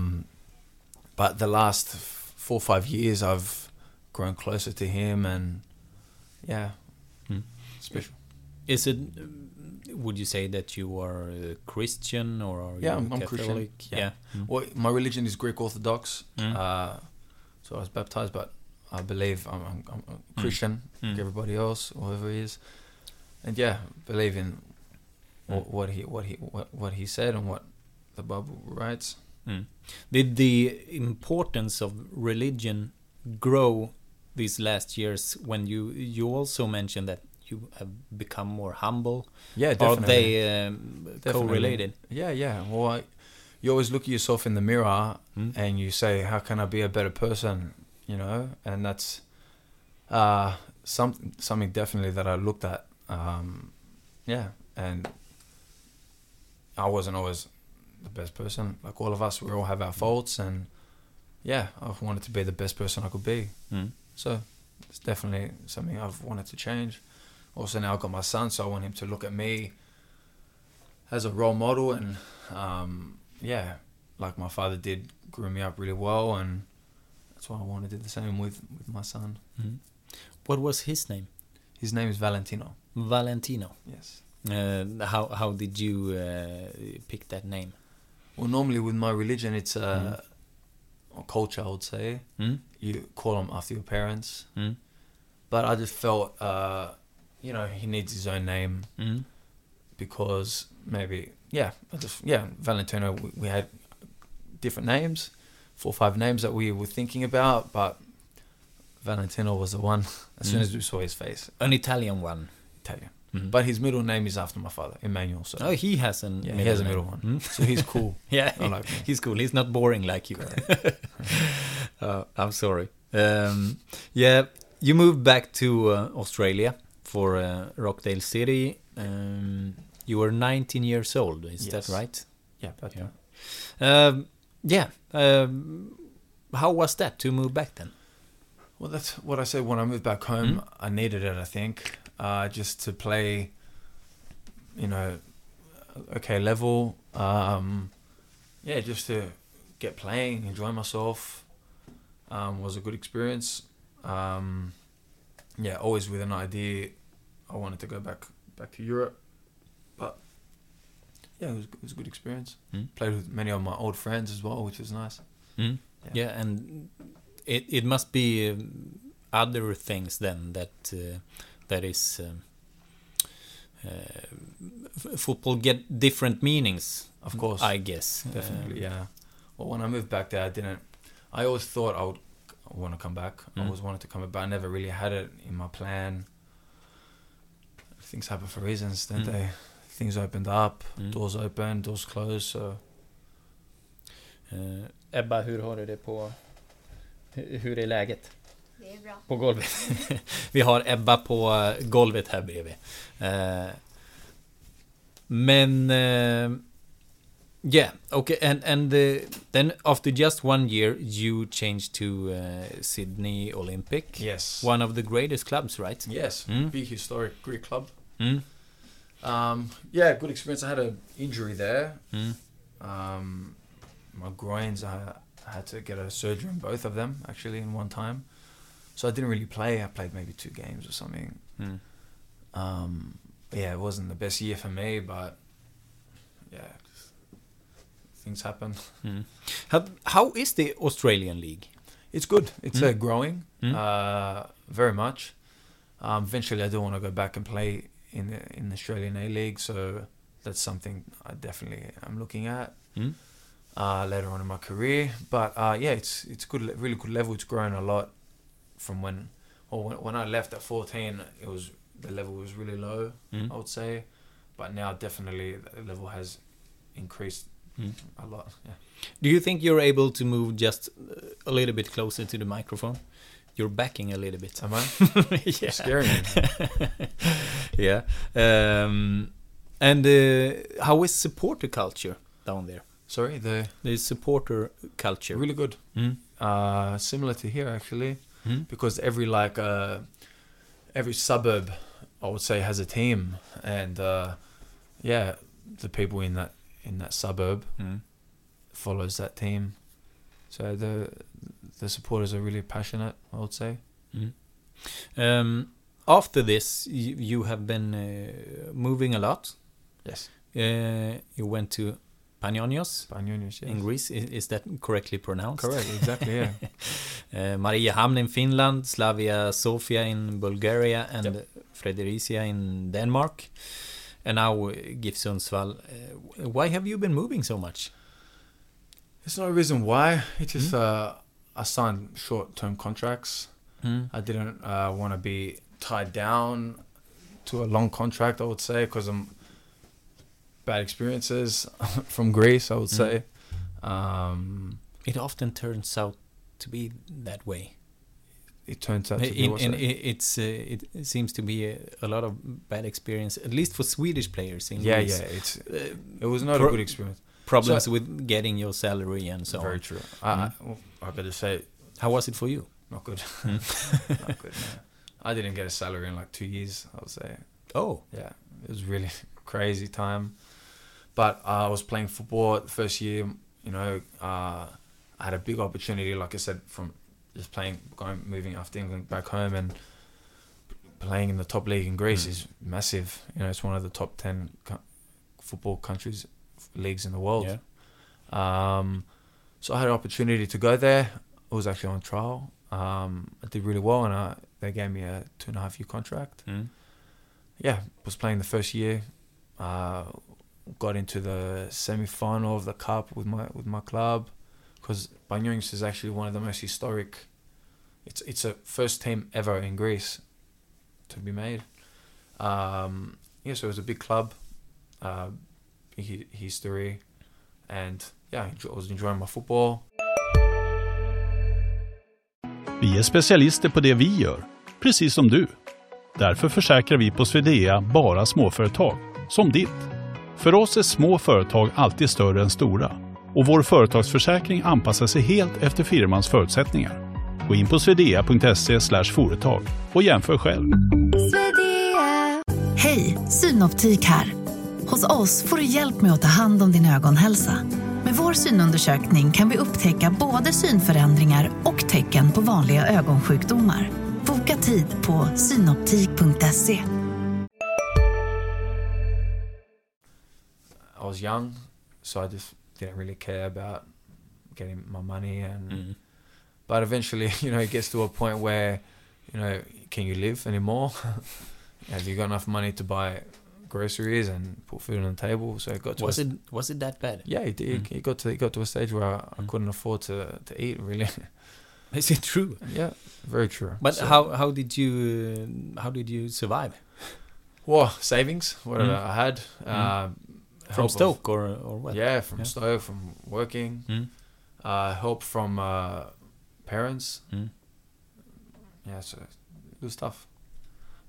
Speaker 5: but the last f- four or five years, I've grown closer to Him, and yeah,
Speaker 3: Hmm.
Speaker 5: special. Hmm.
Speaker 3: Is it? um, Would you say that you are a Christian or are
Speaker 5: Yeah,
Speaker 3: you
Speaker 5: I'm- I'm
Speaker 3: Catholic?
Speaker 5: Christian.
Speaker 3: Yeah.
Speaker 5: Yeah. Hmm. Well, my religion is Greek Orthodox,
Speaker 3: Mm.
Speaker 5: uh, so I was baptized, but I believe I'm, I'm, I'm a Christian, like
Speaker 3: Mm.
Speaker 5: everybody else, or whoever he is, and yeah, believe in
Speaker 3: Mm.
Speaker 5: wh- what he what he what, what he said and what the Bible writes.
Speaker 3: Mm. Did the importance of religion grow these last years when you you also mentioned that you have become more humble?
Speaker 5: Yeah,
Speaker 3: Are
Speaker 5: Uh, definitely.
Speaker 3: they um,
Speaker 5: Definitely.
Speaker 3: correlated?
Speaker 5: Yeah, yeah. Well, I, you always look at yourself in the mirror
Speaker 3: Mm.
Speaker 5: and you say, "How can I be a better person?" You know, and that's uh, some something definitely that I looked at. Um, yeah, and I wasn't always the best person. Like all of us, we all have our faults, and yeah, I've wanted to be the best person I could be.
Speaker 3: Mm.
Speaker 5: So it's definitely something I've wanted to change. Also now I've got my son, so I want him to look at me as a role model and um, yeah, like my father did, grew me up really well and that's why I want to do the same with, with my son.
Speaker 3: Mm. What was his name?
Speaker 5: His name is Valentino.
Speaker 3: Valentino.
Speaker 5: Yes.
Speaker 3: Uh, how how did you uh, pick that name?
Speaker 5: Well, normally with my religion, it's a, a culture, I would say.
Speaker 3: Mm?
Speaker 5: You call him after your parents,
Speaker 3: Mm?
Speaker 5: but I just felt, uh, you know, he needs his own name.
Speaker 3: Mm?
Speaker 5: because maybe yeah, I just yeah, Valentino. We, we had different names, four or five names that we were thinking about, but Valentino was the one. As soon
Speaker 3: Mm.
Speaker 5: as we saw his face,
Speaker 3: An Italian one.
Speaker 5: Italian.
Speaker 3: Mm.
Speaker 5: But his middle name is after my father, Emmanuel. So
Speaker 3: oh, he has an.
Speaker 5: yeah, he has a
Speaker 3: name.
Speaker 5: middle one.
Speaker 3: Mm?
Speaker 5: So he's cool.
Speaker 3: Yeah,
Speaker 5: I like him.
Speaker 3: he's cool. He's not boring like you. uh, I'm sorry. Um, yeah, you moved back to uh, Australia for uh, Rockdale City. Um, you were 19 years old. Is
Speaker 5: Yes.
Speaker 3: that right?
Speaker 5: Yeah, but
Speaker 3: Yeah. Um, yeah. Um, how was that to move back then?
Speaker 5: Well, that's what I said when I moved back home. I needed it, I think, uh, just to play, you know, okay level. Um, yeah, just to get playing, enjoy myself. Um, was a good experience. Um, yeah, always with an idea. I wanted to go back back to Europe, but yeah, it was, it was a good experience.
Speaker 3: Mm.
Speaker 5: Played with many of my old friends as well, which was nice.
Speaker 3: Yeah.
Speaker 5: Yeah.
Speaker 3: and it it must be um, other things then that uh, that is um, uh, f- football get different meanings.
Speaker 5: Of course.
Speaker 3: I guess
Speaker 5: definitely yeah well when i moved back there i didn't i always thought i would want to come back i
Speaker 3: Mm.
Speaker 5: always wanted to come back but i never really had it in my plan things happen for reasons don't
Speaker 3: Mm.
Speaker 5: they things opened up
Speaker 3: Mm.
Speaker 5: doors open doors closed so
Speaker 3: Eh, Uh, Ebba, hur har du det på Hur hur är läget?
Speaker 6: Det är bra.
Speaker 3: På golvet. Vi har Ebba på eh, golvet här bredvid. Eh, Men... eh, Yeah, okay, and and uh, then after just one year, you changed to uh, Sydney Olympic,
Speaker 5: Yes.
Speaker 3: one of the greatest clubs, right?
Speaker 5: Yes.
Speaker 3: Mm.
Speaker 5: Big historic Greek club.
Speaker 3: Mm,
Speaker 5: Um, yeah, good experience. I had an injury there.
Speaker 3: mm,
Speaker 5: Um, my groins, I I had to get a surgery on both of them actually in one time. So I didn't really play. I played maybe two games or something.
Speaker 3: mm.
Speaker 5: Um, yeah, it wasn't the best year for me, but yeah, things happen.
Speaker 3: How, how is the Australian league?
Speaker 5: It's good. It's
Speaker 3: Mm.
Speaker 5: uh, growing
Speaker 3: Mm.
Speaker 5: uh, very much. Um, eventually, I do want to go back and play in the, in the Australian A League, so that's something I definitely am looking at
Speaker 3: Mm.
Speaker 5: uh, later on in my career. But uh, yeah, it's it's good, le- really good level. It's grown a lot from when or when, when I left at fourteen. It was the level was really low. I
Speaker 3: Mm.
Speaker 5: would say, but now definitely the level has increased
Speaker 3: Mm.
Speaker 5: a lot. Yeah.
Speaker 3: Do you think you're able to move just uh, a little bit closer to the microphone? You're backing a little bit.
Speaker 5: Am I?
Speaker 3: yeah.
Speaker 5: Scaring me.
Speaker 3: yeah. Um, and uh, how is supporter culture down there?
Speaker 5: Sorry, the
Speaker 3: The supporter culture.
Speaker 5: really good.
Speaker 3: Mm.
Speaker 5: Uh, similar to here actually,
Speaker 3: Mm.
Speaker 5: because every like uh, every suburb, I would say, has a team, and uh, yeah, the people in that in that suburb
Speaker 3: Mm.
Speaker 5: follows that team. So the the supporters are really passionate. I would say.
Speaker 3: Mm. Um, after this, you, you have been uh, moving a lot.
Speaker 5: Yes.
Speaker 3: Uh, you went to Panionios
Speaker 5: Panionios, yes.
Speaker 3: in Greece. Is, is that correctly pronounced?
Speaker 5: Correct. Exactly. Yeah.
Speaker 3: Uh, Mariehamn in Finland, Slavia Sofia in Bulgaria, and
Speaker 5: Yep.
Speaker 3: Fredericia in Denmark. And now uh, GIF Sundsvall. Uh, w- why have you been moving so much?
Speaker 5: It's not a reason why. It's
Speaker 3: Hmm?
Speaker 5: just uh, I signed short-term contracts. I didn't uh, want to be tied down to a long contract. I would say because I'm bad experiences from Greece. I would
Speaker 3: Mm-hmm.
Speaker 5: say. Um,
Speaker 3: It often turns out to be that way.
Speaker 5: it turns out to be
Speaker 3: In,
Speaker 5: also,
Speaker 3: in, i- it's uh, it seems to be a, a lot of bad experience, at least for Swedish players. In
Speaker 5: yeah,
Speaker 3: Greece.
Speaker 5: yeah. It's
Speaker 3: Uh,
Speaker 5: it was not
Speaker 3: pro-
Speaker 5: a good experience.
Speaker 3: problems with getting your salary and so
Speaker 5: Very
Speaker 3: on.
Speaker 5: true. I, I,
Speaker 3: Mm-hmm.
Speaker 5: well, I gotta say,
Speaker 3: How was it for you?
Speaker 5: not good.
Speaker 3: Mm.
Speaker 5: not good. no. I didn't get a salary in like two years. I would say.
Speaker 3: Oh,
Speaker 5: yeah, it was really crazy time. But uh, I was playing football the first year. You know, uh, I had a big opportunity, like I said, from just playing, going, moving after England back home, and playing in the top league in Greece is massive. You know, it's one of the top ten co- football countries leagues in the world.
Speaker 3: yeah.
Speaker 5: Um, so I had an opportunity to go there. I was actually on trial. Um, I did really well, and I, they gave me a two and a half year contract
Speaker 3: Mm.
Speaker 5: yeah, was playing the first year. Uh, got into the semi final of the cup with my with my club because Banyuns is actually one of the most historic. It's it's a first team ever in Greece to be made. Um, yeah, so it was a big club, uh, big hi- history, and yeah, I enjo- I was enjoying my football.
Speaker 7: Vi är specialister på det vi gör, precis som du. Därför försäkrar vi på Swedea bara småföretag, som ditt. För oss är små företag alltid större än stora och vår företagsförsäkring anpassar sig helt efter firmans förutsättningar. Gå in på swedea.se slash företag och jämför själv.
Speaker 8: Hej, Synoptik här. Hos oss får du hjälp med att ta hand om din ögonhälsa. Med vår synundersökning kan vi upptäcka både synförändringar och tecken på vanliga ögonsjukdomar. Boka tid på synoptik.se.
Speaker 5: I was young, so I just didn't really care about getting my money and.
Speaker 3: Mm.
Speaker 5: But eventually, you know, it gets to a point where, you know, can you live anymore? Have you got enough money to buy groceries and put food on the table? So it got to
Speaker 3: Was
Speaker 5: a,
Speaker 3: it Mm. was it that bad?
Speaker 5: Yeah, it, did. it got to it got to a stage where I,
Speaker 3: Mm.
Speaker 5: I couldn't afford to, to eat really.
Speaker 3: Is it true?
Speaker 5: yeah, very true.
Speaker 3: But
Speaker 5: So-
Speaker 3: how how did you uh, how did you survive
Speaker 5: Well, savings, whatever
Speaker 3: Mm.
Speaker 5: I had uh,
Speaker 3: from
Speaker 5: help of-
Speaker 3: Stoke or or what?
Speaker 5: Yeah, from
Speaker 3: Yeah.
Speaker 5: stove, from working,
Speaker 3: Mm.
Speaker 5: uh, help from uh, parents.
Speaker 3: Mm.
Speaker 5: Yeah, so it was tough.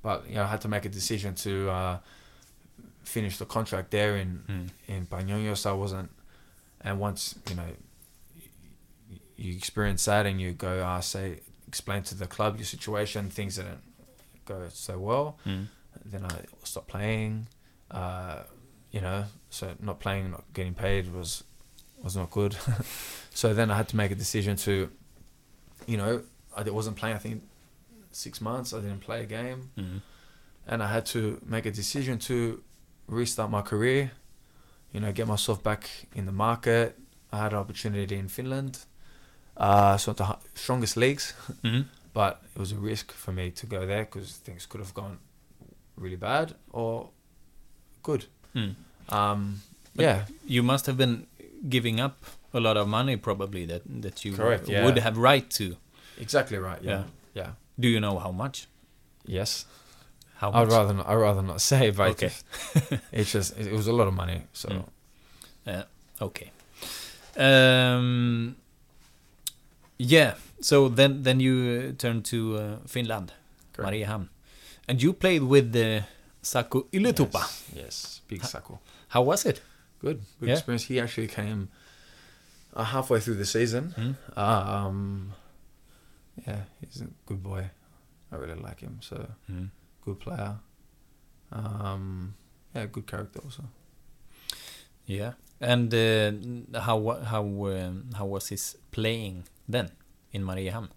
Speaker 5: But you know, I had to make a decision to uh, finish the contract there in
Speaker 3: Mm.
Speaker 5: in Panyonyo, so I wasn't. And once you know, you, you experience that, and you go, uh, say, explain to the club your situation, things didn't go so well.
Speaker 3: Mm.
Speaker 5: Then I stopped playing. Uh, you know, so not playing, not getting paid was was not good. so then I had to make a decision to, you know, I wasn't playing. I think six months I didn't play a game
Speaker 3: Mm.
Speaker 5: and I had to make a decision to restart my career, you know, get myself back in the market. I had an opportunity in Finland, uh, so the hi- strongest leagues,
Speaker 3: Mm.
Speaker 5: but it was a risk for me to go there because things could have gone really bad or good.
Speaker 3: Mm.
Speaker 5: Um,
Speaker 3: But-
Speaker 5: yeah,
Speaker 3: You must have been giving up a lot of money probably that, that you
Speaker 5: Correct, yeah.
Speaker 3: would have right to.
Speaker 5: exactly right.
Speaker 3: Yeah.
Speaker 5: Yeah, yeah.
Speaker 3: Do you know how much?
Speaker 5: Yes,
Speaker 3: How much?
Speaker 5: I'd rather not, I'd rather not say, but
Speaker 3: Okay.
Speaker 5: okay. Hmm. it's just it was a lot of money. So
Speaker 3: Mm. Okay. Um, yeah. So then, then you uh, turned to uh, Finland,
Speaker 5: Correct.
Speaker 3: Mariehamn, and you played with the Saku Ylätupa.
Speaker 5: yes, yes, big circle.
Speaker 3: How was it?
Speaker 5: good, good
Speaker 3: Yeah.
Speaker 5: experience. He actually came uh, halfway through the season. Um, yeah, he's a good boy. I really like him. So good player. Um, yeah, good character also.
Speaker 3: Yeah. And uh, n- how wa- how um, how was his playing then in Mariehamn?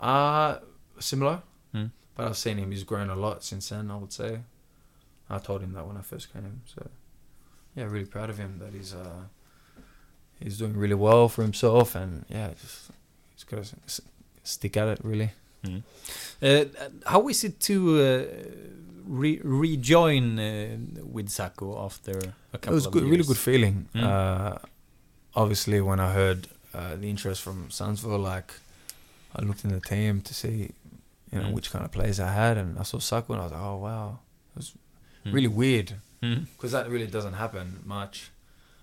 Speaker 5: Uh similar,
Speaker 3: Mm.
Speaker 5: but I've seen him. He's grown a lot since then. I would say. I told him that when I first came. So yeah, really proud of him that he's uh he's doing really well for himself and yeah, just he's got to s- stick at it really.
Speaker 3: Uh, how is it to uh, re- rejoin uh, with Saku after a couple
Speaker 5: it was
Speaker 3: of
Speaker 5: good,
Speaker 3: years?
Speaker 5: really good feeling.
Speaker 3: Mm.
Speaker 5: Uh, obviously, when I heard uh, the interest from Sunsville, like I looked in the team to see, you know,
Speaker 3: Mm.
Speaker 5: which kind of players I had, and I saw Saku, and I was like, oh wow, it was
Speaker 3: Mm.
Speaker 5: really weird
Speaker 3: Mm.
Speaker 5: because that really doesn't happen much.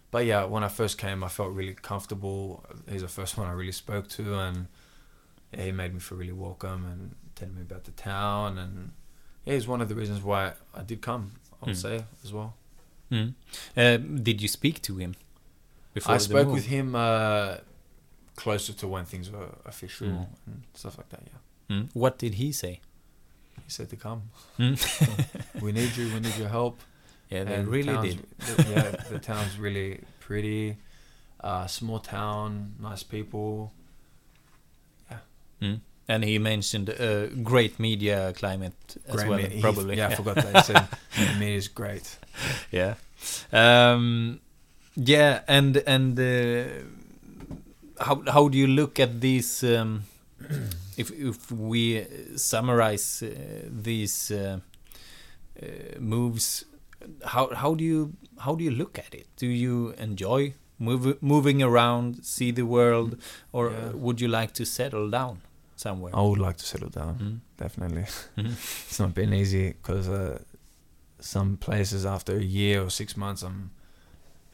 Speaker 5: But yeah, when I first came, I felt really comfortable. He's the first one I really spoke to, and yeah, he made me feel really welcome and telling me about the town, and yeah, he's one of the reasons why I did come. I would
Speaker 3: Mm.
Speaker 5: say as well.
Speaker 3: Mm. Uh, did you speak to him? Before
Speaker 5: I
Speaker 3: the
Speaker 5: spoke
Speaker 3: move?
Speaker 5: with him uh, closer to when things were official
Speaker 3: Mm.
Speaker 5: and stuff like that. Yeah,
Speaker 3: Mm. What did he say?
Speaker 5: he said to come.
Speaker 3: Mm.
Speaker 5: we need you. We need your help.
Speaker 3: Yeah, they
Speaker 5: And
Speaker 3: really
Speaker 5: town's-
Speaker 3: did.
Speaker 5: The, yeah, the town's really pretty. Uh, small town, nice people.
Speaker 3: Mm-hmm. And he mentioned uh, great media climate as
Speaker 5: great
Speaker 3: well,
Speaker 5: me- he-
Speaker 3: probably.
Speaker 5: Yeah, I forgot that. He said the meat is great.
Speaker 3: yeah. Um, yeah, and and uh, how how do you look at these? Um, if if we summarize uh, these uh, uh, moves, how how do you how do you look at it? Do you enjoy move, moving around, see the world, or uh,
Speaker 5: Yeah. Oh.
Speaker 3: would you like to settle down somewhere?
Speaker 5: I would like to settle down.
Speaker 3: Mm.
Speaker 5: definitely.
Speaker 3: Mhm.
Speaker 5: it's not been easy because uh, some places after a year or six months, I'm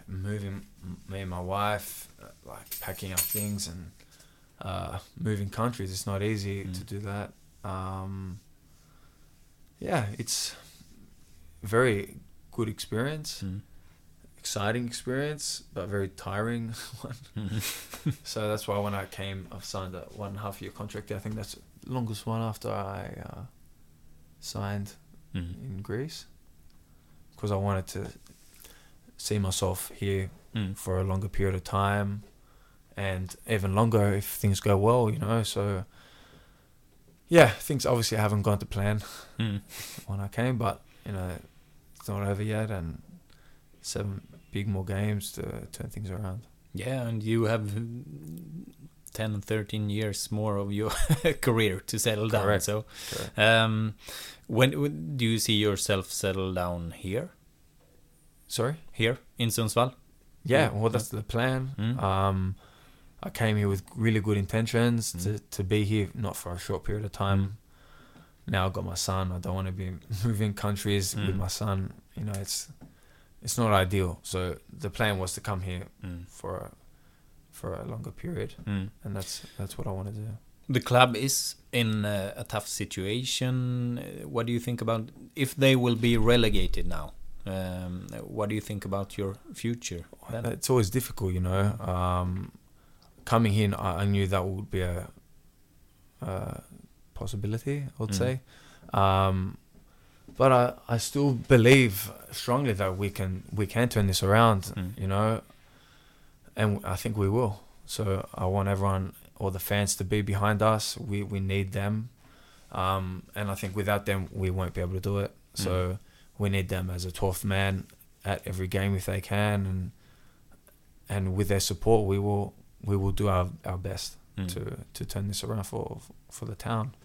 Speaker 5: moving m- me and my wife, uh, like packing up things and uh, moving countries. It's not easy
Speaker 3: Mm.
Speaker 5: to do that. Um, yeah, it's very good experience,
Speaker 3: Mm.
Speaker 5: exciting experience, but very tiring one. So that's why when I came, I've signed a one and a half year contract. I think that's the longest one after I uh, signed
Speaker 3: Mm.
Speaker 5: in Greece because I wanted to see myself here
Speaker 3: Mm.
Speaker 5: for a longer period of time and even longer if things go well, you know. So, yeah, things obviously haven't gone to plan
Speaker 3: Mm.
Speaker 5: when I came, but you know, it's not over yet and seven big more games to turn things around.
Speaker 3: Yeah, and you have 10, 13 years more of your career to settle down.
Speaker 5: Correct,
Speaker 3: So,
Speaker 5: correct.
Speaker 3: um, when, when do you see yourself settle down here?
Speaker 5: Sorry?
Speaker 3: Here in Sundsvall?
Speaker 5: Yeah,
Speaker 3: Mm.
Speaker 5: well, that's the plan.
Speaker 3: Mm.
Speaker 5: Um, I came here with really good intentions
Speaker 3: Mm.
Speaker 5: to, to be here, not for a short period of time. Now I've got my son. I don't want to be moving countries with
Speaker 3: Mm.
Speaker 5: my son. You know, it's it's not ideal. So the plan was to come here
Speaker 3: Mm.
Speaker 5: for for a longer period,
Speaker 3: Mm.
Speaker 5: and that's that's what I want to do.
Speaker 3: The club is in a, a tough situation. Uh, What do you think about if they will be relegated now? Um, what do you think about your future? then?
Speaker 5: It's always difficult, you know. Um, coming in, I, I knew that would be a, a possibility. I would
Speaker 3: Mm.
Speaker 5: say, um, but I, I still believe strongly that we can we can turn this around,
Speaker 3: Mm.
Speaker 5: you know, and I think we will. So I want everyone, all the fans, to be behind us. We we need them, um, and I think without them, we won't be able to do it. So
Speaker 3: Mm.
Speaker 5: we need them as a 12th man at every game if they can, and and with their support, we will we will do our, our best
Speaker 3: Mm.
Speaker 5: to to turn this around for for the town.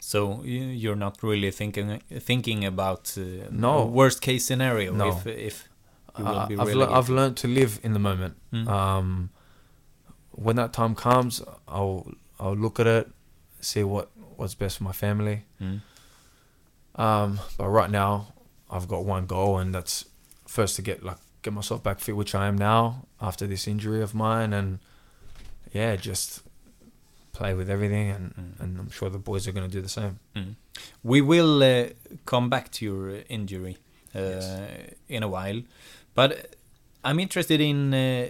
Speaker 3: So you- you're not really thinking thinking about uh,
Speaker 5: No.
Speaker 3: a worst case scenario
Speaker 5: No.
Speaker 3: if if you will
Speaker 5: Uh,
Speaker 3: be
Speaker 5: I've, le-
Speaker 3: relegated.
Speaker 5: I've learned to live in the moment.
Speaker 3: Mm.
Speaker 5: Um, when that time comes, I'll I'll look at it, see what what's best for my family.
Speaker 3: Mm.
Speaker 5: Um, but right now, I've got one goal, and that's first to get like get myself back fit, which I am now after this injury of mine, and yeah, just play with everything, and
Speaker 3: Mm.
Speaker 5: and I'm sure the boys are gonna do the same.
Speaker 3: We will uh, come back to your uh, injury uh, in a while, but I'm interested in uh,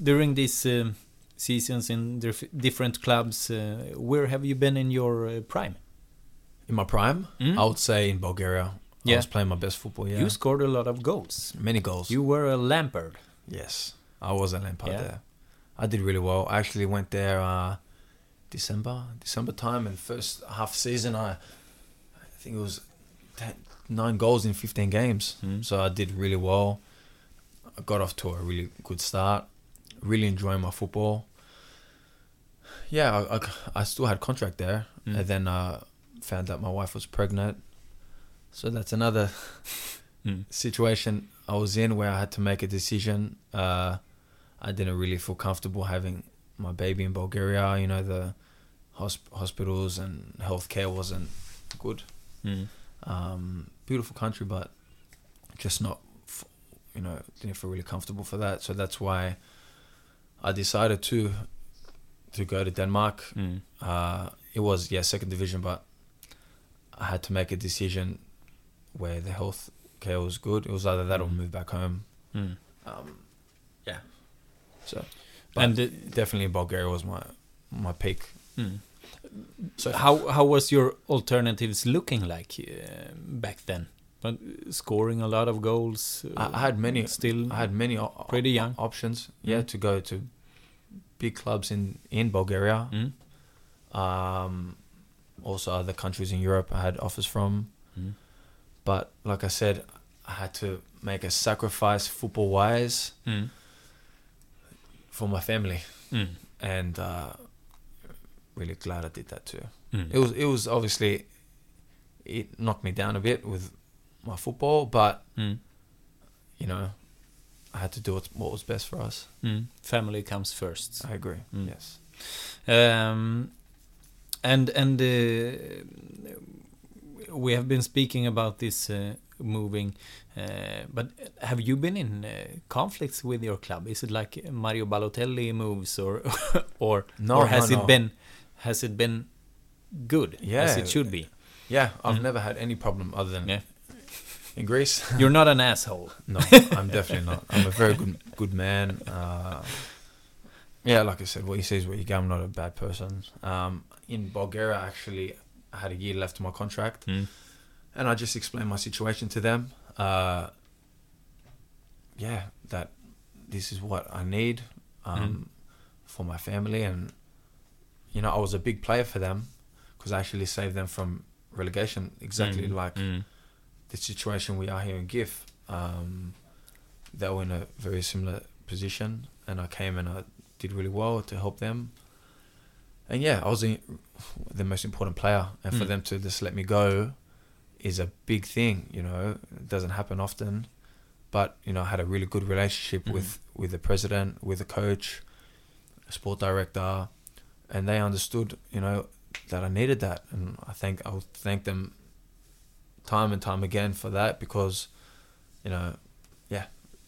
Speaker 3: during these um, seasons in dif- different clubs. Uh, where have you been in your uh, prime?
Speaker 5: In my prime,
Speaker 3: Mm.
Speaker 5: I would say in Bulgaria,
Speaker 3: Yeah.
Speaker 5: I was playing my best football. Yeah,
Speaker 3: You scored a lot of goals.
Speaker 5: many goals.
Speaker 3: You were a Lampard.
Speaker 5: Yes, I was at Lampard
Speaker 3: Yeah.
Speaker 5: there. I did really well. I actually went there uh, December, December time, and first half season I, I think it was ten, nine goals in fifteen games.
Speaker 3: Mm.
Speaker 5: So I did really well. I got off to a really good start. Really enjoying my football. Yeah, I, I, I still had contract there,
Speaker 3: Mm.
Speaker 5: and then uh, found out my wife was pregnant. So that's another
Speaker 3: Mm.
Speaker 5: situation I was in where I had to make a decision. Uh, I didn't really feel comfortable having my baby in Bulgaria. You know, the hosp- hospitals and healthcare wasn't good.
Speaker 3: Mm.
Speaker 5: Um, beautiful country, but just not, f- you know, didn't feel really comfortable for that. So that's why I decided to to go to Denmark
Speaker 3: Mm.
Speaker 5: uh, it was yeah second division, but I had to make a decision where the health care was good. It was either that or move back home.
Speaker 3: Mm.
Speaker 5: Um, yeah, so But-
Speaker 3: And uh,
Speaker 5: definitely Bulgaria was my my peak.
Speaker 3: mm.
Speaker 5: So
Speaker 3: how how was your alternatives looking like uh, back then? But uh, scoring a lot of goals. uh,
Speaker 5: I, I had many
Speaker 3: Still,
Speaker 5: I had many o-
Speaker 3: pretty young. Mm-hmm.
Speaker 5: options. Yeah, to go to big clubs in in Bulgaria.
Speaker 3: Mm.
Speaker 5: um, also other countries in Europe I had offers from.
Speaker 3: Mm.
Speaker 5: But like I said, I had to make a sacrifice football wise
Speaker 3: Mm.
Speaker 5: for my family,
Speaker 3: Mm.
Speaker 5: and uh, really glad I did that too.
Speaker 3: Mm.
Speaker 5: It was it was obviously it knocked me down a bit with my football, but
Speaker 3: Mm.
Speaker 5: you know I had to do what, what was best for us.
Speaker 3: Mm. Family comes first.
Speaker 5: I agree.
Speaker 3: Mm.
Speaker 5: Yes. Uh.
Speaker 3: Um, and and uh, we have been speaking about this uh, moving, uh, but have you been in uh, conflicts with your club? Is it like Mario Balotelli moves, or or
Speaker 5: No,
Speaker 3: or has
Speaker 5: no,
Speaker 3: it
Speaker 5: no.
Speaker 3: been has it been good as
Speaker 5: Yeah.
Speaker 3: it should be?
Speaker 5: Yeah, I've
Speaker 3: Mm.
Speaker 5: never had any problem other than
Speaker 3: Yeah.
Speaker 5: in Greece.
Speaker 3: You're not an asshole.
Speaker 5: No, I'm definitely not. I'm a very good good man. Uh, yeah, like I said, what you see is what you get. I'm not a bad person. Um, in Bulgaria, I actually had a year left of my contract,
Speaker 3: Mm.
Speaker 5: and I just explained my situation to them. Uh, yeah, that this is what I need um, for my family, and you know, I was a big player for them because I actually saved them from relegation, exactly
Speaker 3: Mm.
Speaker 5: like
Speaker 3: Mm.
Speaker 5: the situation we are here in GIF, um, they were in a very similar position, and I came and I did really well to help them. And yeah, I was the, the most important player, and for
Speaker 3: Mm.
Speaker 5: them to just let me go is a big thing. You know, it doesn't happen often, but you know, I had a really good relationship with with the president, with the coach, sport director, and they understood. You know that I needed that, and I think I'll thank them time and time again for that because you know yeah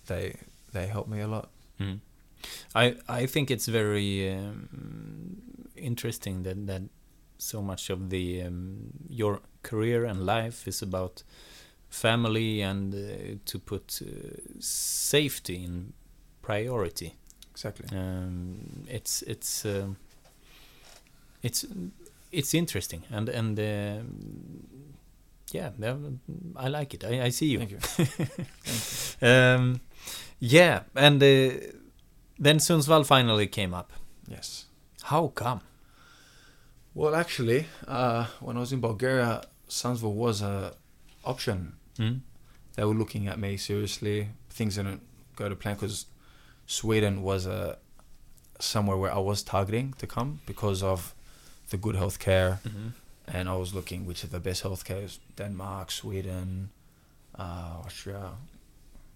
Speaker 5: they they helped me a lot
Speaker 3: Mm. I I think it's very um, interesting that that so much of the um, your career and life is about family and uh, to put uh, safety in priority.
Speaker 5: Exactly.
Speaker 3: Um, it's it's um, it's it's interesting and and uh, yeah, yeah, I like it. I, I see you.
Speaker 5: Thank you.
Speaker 3: Um, yeah, and uh, then Sundsvall finally came up.
Speaker 5: Yes.
Speaker 3: How come?
Speaker 5: Well, actually, uh, when I was in Bulgaria, Sundsvall was a option.
Speaker 3: Mm.
Speaker 5: They were looking at me seriously. Things didn't go to plan because Sweden was a somewhere where I was targeting to come because of the good healthcare, and I was looking which of the best healthcare is Denmark, Sweden, uh, Austria,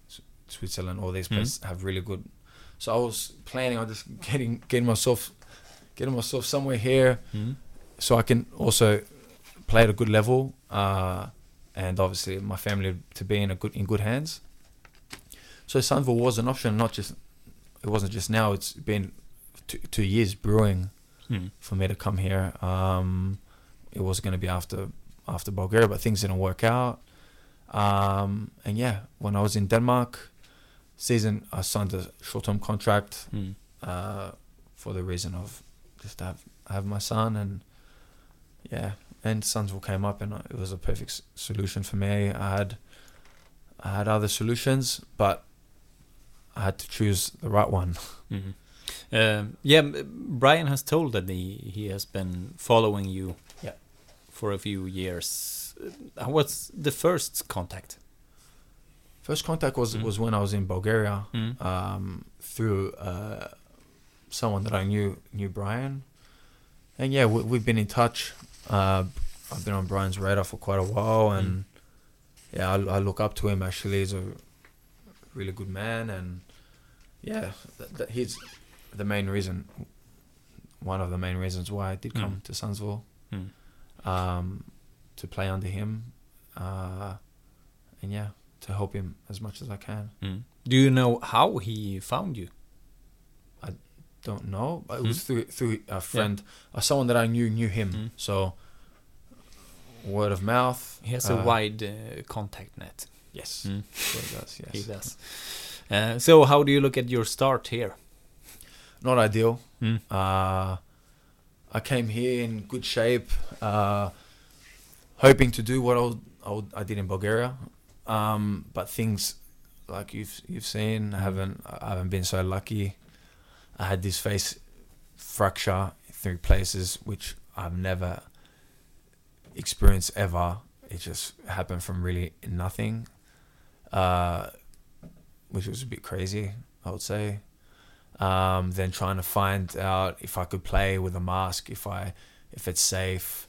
Speaker 5: S- Switzerland. All these
Speaker 3: Mhm.
Speaker 5: places have really good. So I was planning on just getting getting myself getting myself somewhere here
Speaker 3: Mm.
Speaker 5: so I can also play at a good level, uh, and obviously my family to be in a good in good hands. So Sunville was an option, not just it wasn't just now. It's been two, two years brewing
Speaker 3: Mm.
Speaker 5: for me to come here. Um, it was going to be after after Bulgaria, but things didn't work out. Um, and yeah, when I was in Denmark, season I signed a short term contract
Speaker 3: Mm.
Speaker 5: uh, for the reason of just have have my son and yeah and Sunsville came up and it was a perfect s- solution for me I had I had other solutions but I had to choose the right one
Speaker 3: Mm. Um, yeah, m- Brian has told that he he has been following you
Speaker 5: Yeah.
Speaker 3: for a few years. Uh, What's the first contact?
Speaker 5: first contact was
Speaker 3: Mm.
Speaker 5: was when I was in Bulgaria
Speaker 3: Mm.
Speaker 5: um, through uh, someone that I knew knew Brian, and yeah, we, we've been in touch. Uh, I've been on Brian's radar for quite a while, and
Speaker 3: Mm.
Speaker 5: yeah, I, I look up to him. Actually, he's a really good man, and yeah, that, that he's the main reason, one of the main reasons why I did
Speaker 3: Mm.
Speaker 5: come to Sunsville
Speaker 3: Mm.
Speaker 5: um, to play under him, uh, and yeah, to help him as much as I can.
Speaker 3: Mm. Do you know how he found you?
Speaker 5: don't know. But it was through through a friend, uh, someone that I knew knew him.
Speaker 3: Mm.
Speaker 5: So word of mouth.
Speaker 3: He has
Speaker 5: uh,
Speaker 3: a wide uh, contact net.
Speaker 5: Yes,
Speaker 3: Mm.
Speaker 5: sure he does.
Speaker 3: He
Speaker 5: Yes,
Speaker 3: does. Uh, so how do you look at your start here?
Speaker 5: not ideal.
Speaker 3: Mm.
Speaker 5: Uh, I came here in good shape, uh, hoping to do what I, was, I, was- I did in Bulgaria, um, but things like you've you've seen I haven't I haven't been so lucky. I had this face fracture in three places, which I've never experienced ever. It just happened from really nothing, uh, which was a bit crazy, I would say um, then trying to find out if I could play with a mask, if I if it's safe,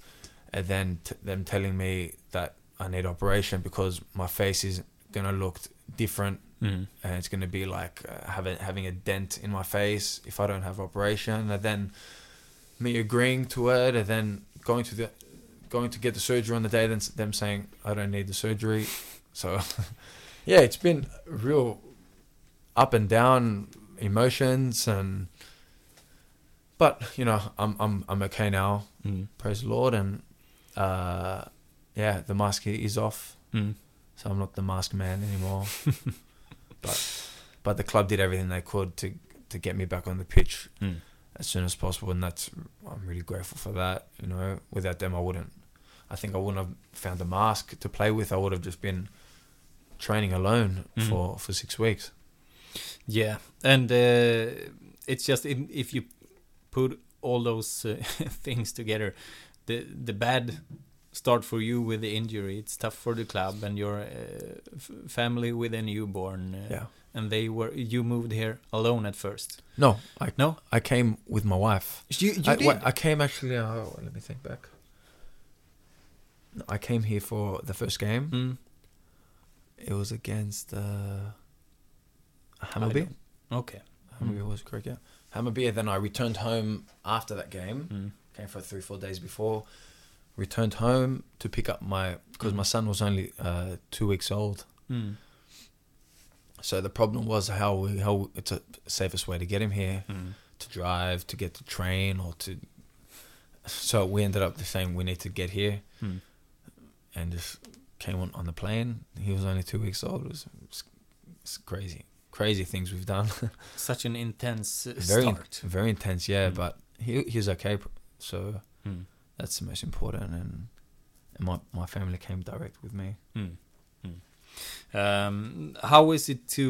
Speaker 5: and then t- them telling me that I need operation because my face is gonna look different
Speaker 3: Mm.
Speaker 5: and it's gonna be like uh, having having a dent in my face if I don't have operation, and then me agreeing to it, and then going to the going to get the surgery on the day, then s- them saying I don't need the surgery. So yeah, it's been real up and down emotions and but you know I'm I'm I'm okay now,
Speaker 3: Mm.
Speaker 5: praise the Lord, and uh, yeah, the mask is off
Speaker 3: Mm.
Speaker 5: so I'm not the mask man anymore. but but the club did everything they could to to get me back on the pitch
Speaker 3: Mm.
Speaker 5: as soon as possible, and that's I'm really grateful for that. You know, without them, I wouldn't. I think I wouldn't have found a mask to play with. I would have just been training alone
Speaker 3: Mm.
Speaker 5: for for six weeks.
Speaker 3: Yeah, and uh, it's just in, if you put all those uh, things together, the the bad start for you with the injury. It's tough for the club and your uh, f- family with a newborn. Uh,
Speaker 5: Yeah.
Speaker 3: and they were you moved here alone at first.
Speaker 5: No, I
Speaker 3: No?
Speaker 5: I came with my wife.
Speaker 3: You, you
Speaker 5: I, wait, I came actually. Oh, let me think back. No, I came here for the first game.
Speaker 3: Mm,
Speaker 5: It was against uh, Hammerby.
Speaker 3: okay. Hmm.
Speaker 5: Hammerby was correct, yeah. Hammerby. Then I returned home after that game.
Speaker 3: Mm,
Speaker 5: Came for three, four days before. Returned home to
Speaker 3: Hmm.
Speaker 5: pick up my because my son was only uh, two weeks old,
Speaker 3: mm,
Speaker 5: So the problem was how we, how it's a safest way to get him here, to drive, to get the train, or to. So we ended up saying we need to get here,
Speaker 3: Mm.
Speaker 5: and just came on on the plane. He was only two weeks old. It was, it's- it's crazy, crazy things we've done.
Speaker 3: Such an intense uh,
Speaker 5: very,
Speaker 3: start.
Speaker 5: very intense. Yeah,
Speaker 3: Mm.
Speaker 5: but he he's okay. So
Speaker 3: Mm.
Speaker 5: that's the most important, and, and my my family came direct with me.
Speaker 3: Mm. Mm. Um, how is it to?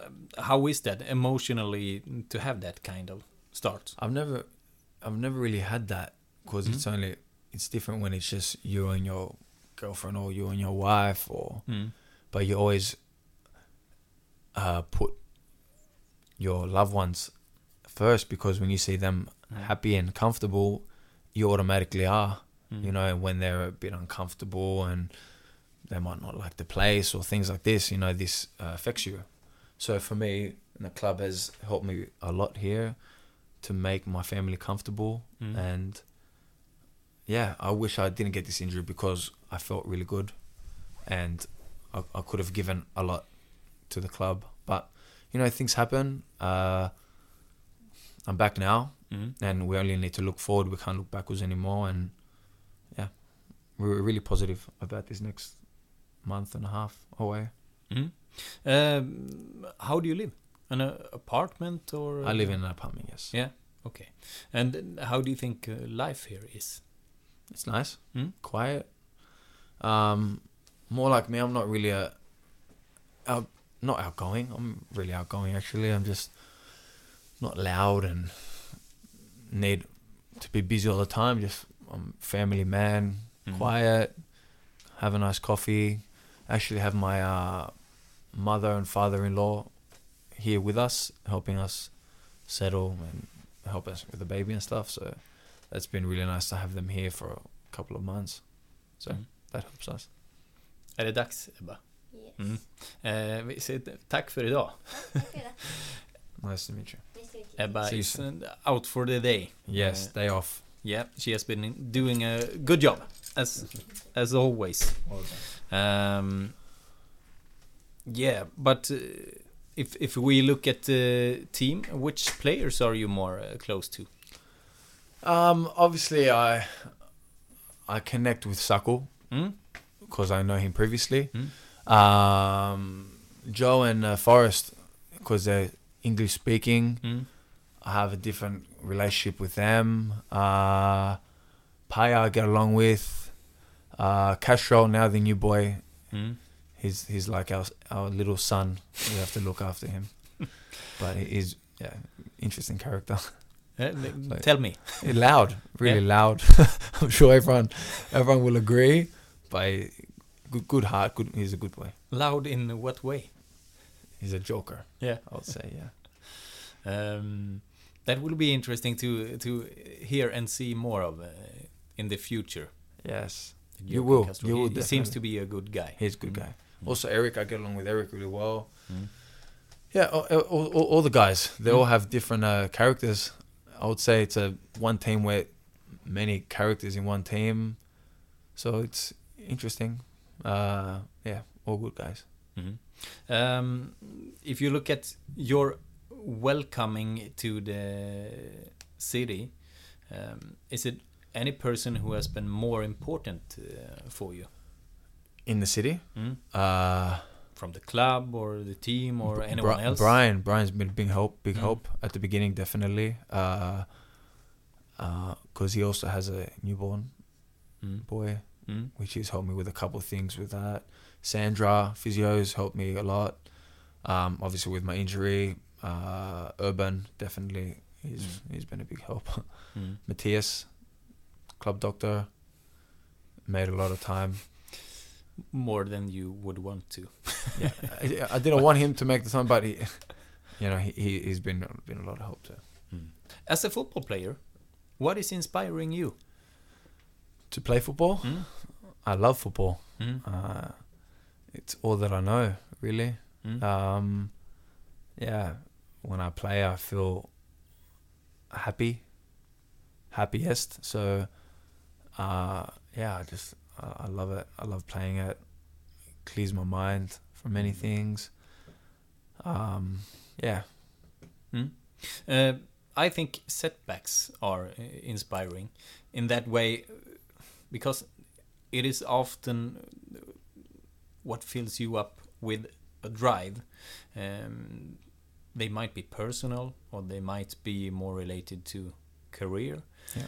Speaker 3: Uh, how is that emotionally to have that kind of start?
Speaker 5: I've never, I've never really had that because it's only it's different when it's just you and your girlfriend or you and your wife or
Speaker 3: Mm.
Speaker 5: but you always uh, put your loved ones first because when you see them happy and comfortable, you automatically are. You know, when they're a bit uncomfortable and they might not like the place or things like this, you know, this uh, affects you. So for me, the club has helped me a lot here to make my family comfortable and yeah, I wish I didn't get this injury because I felt really good and I, I could have given a lot to the club. But, you know, things happen. Uh, I'm back now
Speaker 3: Mm.
Speaker 5: and we only need to look forward. We can't look backwards anymore. And yeah, we were really positive about this next month and a half away.
Speaker 3: Mm. Um, how do you live? An uh, apartment or?
Speaker 5: I live in an apartment, yes.
Speaker 3: Yeah. Okay. And how do you think uh, life here is?
Speaker 5: It's nice,
Speaker 3: Mm.
Speaker 5: quiet. Um, more like me, I'm not really a out, not outgoing. I'm really outgoing actually. I'm just not loud and need to be busy all the time. Just I'm family man, quiet. Have a nice coffee. Actually, have my uh, mother and father-in-law here with us, helping us settle and help us with the baby and stuff. So that's been really nice to have them here for a couple of months. So
Speaker 3: Mm.
Speaker 5: that helps us.
Speaker 3: Är det dags Ebba?
Speaker 6: Yes.
Speaker 3: Mm. Eh, vi säger tack för idag.
Speaker 5: Nice to meet you.
Speaker 6: Nice to meet you.
Speaker 3: Ebba
Speaker 5: See you
Speaker 3: is uh, out for the day.
Speaker 5: Yes,
Speaker 3: Uh,
Speaker 5: day off.
Speaker 3: yeah, she has been in- doing a good job as as always. Um, yeah, but uh, if if we look at the team, which players are you more uh, close to?
Speaker 5: Um, obviously I I connect with Sako
Speaker 3: Mm?
Speaker 5: because I know him previously.
Speaker 3: Mm.
Speaker 5: Um, Joe and uh, Forrest because they're English speaking.
Speaker 3: Mm?
Speaker 5: I have a different relationship with them. Uh, Paya I get along with. Uh, Castro now the new boy Mm-hmm.
Speaker 3: Mm?
Speaker 5: he's he's like our our little son. We have to look after him. But he is yeah, interesting character.
Speaker 3: Eh, l-
Speaker 5: Like-
Speaker 3: tell me.
Speaker 5: loud, really loud. I'm sure everyone everyone will agree. But he- good good heart, good he's a good boy.
Speaker 3: Loud in what way?
Speaker 5: He's a joker,
Speaker 3: Yeah.
Speaker 5: I would say, yeah.
Speaker 3: Um, that will be interesting to to hear and see more of uh, in the future.
Speaker 5: Yes. You
Speaker 3: Jurgen
Speaker 5: will,
Speaker 3: Castro.
Speaker 5: you
Speaker 3: He-
Speaker 5: will
Speaker 3: he seems
Speaker 5: definitely.
Speaker 3: to be a good guy.
Speaker 5: He's a good
Speaker 3: Mm.
Speaker 5: guy. Also Eric, I get along with Eric really well. Yeah, all, all, all, all the guys, they
Speaker 3: Mm.
Speaker 5: all have different uh, characters. I would say it's a one team where many characters in one team. So it's interesting. Uh, yeah, all good guys.
Speaker 3: Um, if you look at your welcoming to the city, um, is it any person who has been more important uh, for you
Speaker 5: In the city,
Speaker 3: Mm.
Speaker 5: uh,
Speaker 3: from the club or the team or
Speaker 5: Bri-
Speaker 3: anyone else?
Speaker 5: Brian, Brian's been a big help, big
Speaker 3: Mm.
Speaker 5: help at the beginning, definitely. Because uh 'cause he also has a newborn
Speaker 3: Mm.
Speaker 5: boy.
Speaker 3: Mm.
Speaker 5: which has helped me with a couple of things with that. Sandra, physio's helped me a lot. Um, obviously with my injury, uh, Urban definitely he's he's been a big help.
Speaker 3: Mm.
Speaker 5: Matthias, club doctor, made a lot of time.
Speaker 3: More than you would want to.
Speaker 5: Yeah, I, I didn't want him to make the time, but he, you know, he he- he's been been a lot of help to
Speaker 3: Hmm. As a football player, what is inspiring you?
Speaker 5: to play football.
Speaker 3: Mm.
Speaker 5: I love football.
Speaker 3: Mm.
Speaker 5: Uh, it's all that I know, really.
Speaker 3: Mm.
Speaker 5: Um, yeah, when I play, I feel happy, happiest. So, uh, yeah, I just I, I love it. I love playing it. Clears my mind for many
Speaker 3: Mm.
Speaker 5: things. Um, yeah,
Speaker 3: Uh, I think setbacks are uh, inspiring in that way uh, because it is often what fills you up with a drive. Um, they might be personal or they might be more related to career.
Speaker 5: Yeah.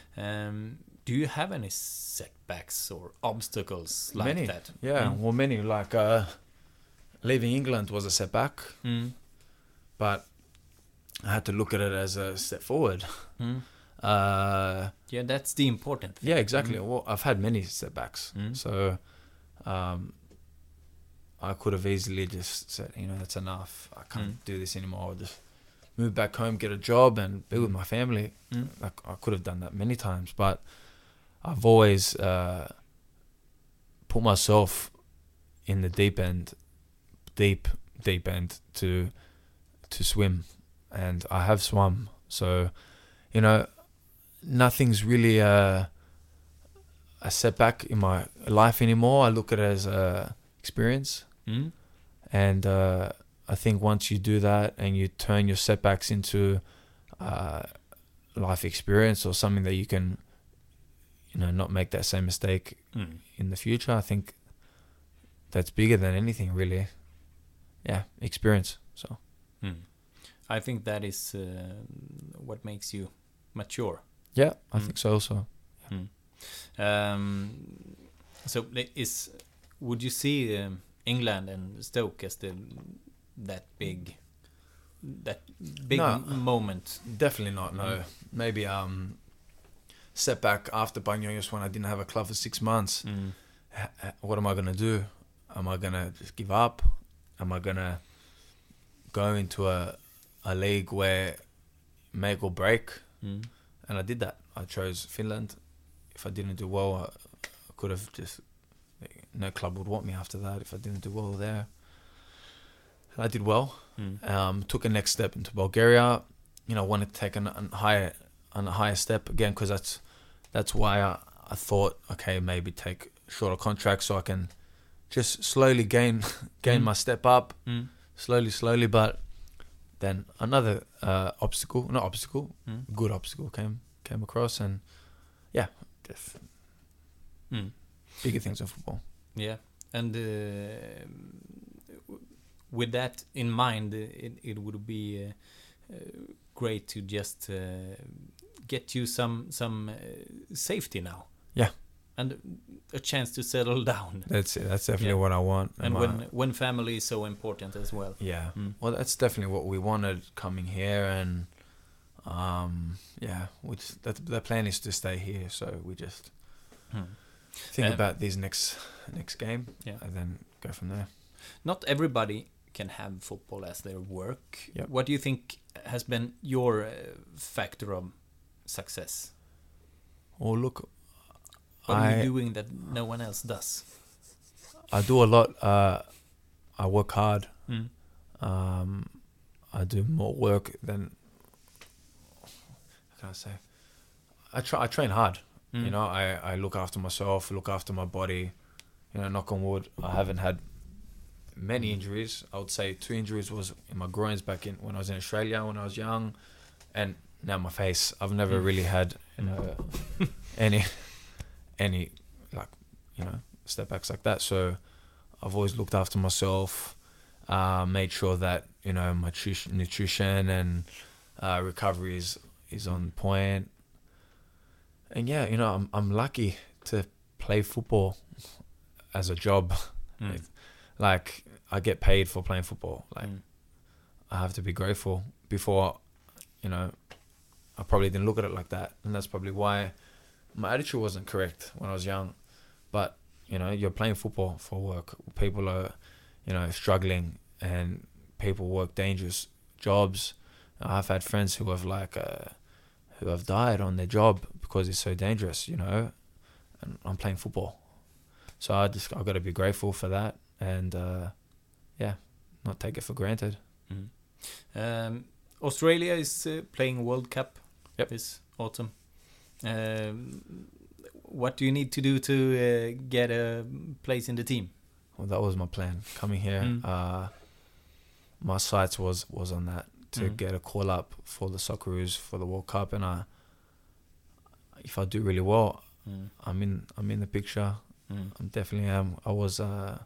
Speaker 3: Um, do you have any setbacks or obstacles like
Speaker 5: many.
Speaker 3: that?
Speaker 5: Yeah,
Speaker 3: Mm.
Speaker 5: well, many like uh, leaving England was a setback,
Speaker 3: Mm.
Speaker 5: but I had to look at it as a step forward.
Speaker 3: Mm.
Speaker 5: Uh,
Speaker 3: Yeah, that's the important thing.
Speaker 5: Yeah, exactly. Well, I've had many setbacks,
Speaker 3: Mm.
Speaker 5: so um, I could have easily just said, you know, that's enough. I can't
Speaker 3: Mm.
Speaker 5: do this anymore. I'll just move back home, get a job, and be with my family.
Speaker 3: Mm.
Speaker 5: Like I could have done that many times, but I've always uh, put myself in the deep end, deep, deep end to to swim, and I have swum. So, you know, nothing's really a, a setback in my life anymore. I look at it as a experience,
Speaker 3: Mm.
Speaker 5: and uh, I think once you do that and you turn your setbacks into uh, life experience or something that you can, you know, not make that same mistake
Speaker 3: Mm.
Speaker 5: in the future. I think that's bigger than anything, really. Yeah, experience. So
Speaker 3: Mm. I think that is uh, what makes you mature.
Speaker 5: yeah, I
Speaker 3: Mm.
Speaker 5: think so. Also,
Speaker 3: Um, so i- is would you see um, England and Stoke as the that big that big
Speaker 5: No.
Speaker 3: moment?
Speaker 5: definitely not. No,
Speaker 3: Mm.
Speaker 5: maybe um, setback after Banyos when I didn't have a club for six months.
Speaker 3: Mm.
Speaker 5: h- h- what am I gonna do? Am I gonna just give up? Am I gonna go into a a league where make or break?
Speaker 3: Mm.
Speaker 5: And I did that. I chose Finland. If I didn't do well, I, I could have just no club would want me after that. If I didn't do well there, and I did well.
Speaker 3: Mm.
Speaker 5: Um, took a next step into Bulgaria. You know, wanted to take an, an higher an higher step again because that's that's why I, I thought okay maybe take shorter contracts so I can just slowly gain gain
Speaker 3: Mm.
Speaker 5: my step up
Speaker 3: Mm.
Speaker 5: slowly slowly but then another uh, obstacle not obstacle
Speaker 3: Mm.
Speaker 5: good obstacle came came across and yeah just
Speaker 3: Mm.
Speaker 5: bigger things in football
Speaker 3: Yeah, and uh, w- with that in mind, uh, it it would be uh, uh, great to just uh, get you some some uh, safety now.
Speaker 5: Yeah.
Speaker 3: and a chance to settle down.
Speaker 5: that's it that's definitely
Speaker 3: Yeah.
Speaker 5: what I want
Speaker 3: and
Speaker 5: my-
Speaker 3: when when family is so important as well.
Speaker 5: yeah
Speaker 3: Mm.
Speaker 5: well that's definitely what we wanted coming here and um yeah which that the plan is to stay here so we just Hmm.
Speaker 3: Mm.
Speaker 5: think
Speaker 3: Um,
Speaker 5: about these next next game
Speaker 3: Yeah.
Speaker 5: and then go from there
Speaker 3: Not everybody can have football as their work.
Speaker 5: Yep.
Speaker 3: What do you think has been your uh, factor of success?
Speaker 5: or look
Speaker 3: What are
Speaker 5: I-
Speaker 3: you doing that no one else does?
Speaker 5: I do a lot. Uh, I work hard.
Speaker 3: Mm.
Speaker 5: Um, I do more work than. How can I say? I try. I train hard. You know, I, I look after myself. Look after my body. You know, knock on wood. I haven't had many injuries. I would say two injuries was in my groins back in when I was in Australia when I was young, and now my face. I've never really had you know any any like you know step backs like that. So I've always looked after myself, uh, made sure that you know my tru- nutrition and uh, recovery is is on point. And yeah, you know I'm I'm lucky to play football as a job.
Speaker 3: Mm.
Speaker 5: It- like I get paid for playing football. Like
Speaker 3: Mm.
Speaker 5: I have to be grateful. Before, you know, I probably didn't look at it like that, and that's probably why my attitude wasn't correct when I was young. But you know, you're playing football for work. People are, you know, struggling, and people work dangerous jobs. I've had friends who have like, uh, who have died on their job because it's so dangerous. You know, and I'm playing football, so I just I got to be grateful for that, and uh, yeah, not take it for granted.
Speaker 3: Um, Australia is uh, playing World Cup
Speaker 5: Yep.
Speaker 3: this autumn. Um, what do you need to do to uh, get a place in the team?
Speaker 5: Well, that was my plan coming here.
Speaker 3: Mm.
Speaker 5: Uh, my sights was was on that to
Speaker 3: Mm.
Speaker 5: get a call up for the Socceroos for the World Cup, and I, if I do really well,
Speaker 3: Mm.
Speaker 5: I'm in I'm in the picture.
Speaker 3: Mm.
Speaker 5: I'm definitely am. I was uh,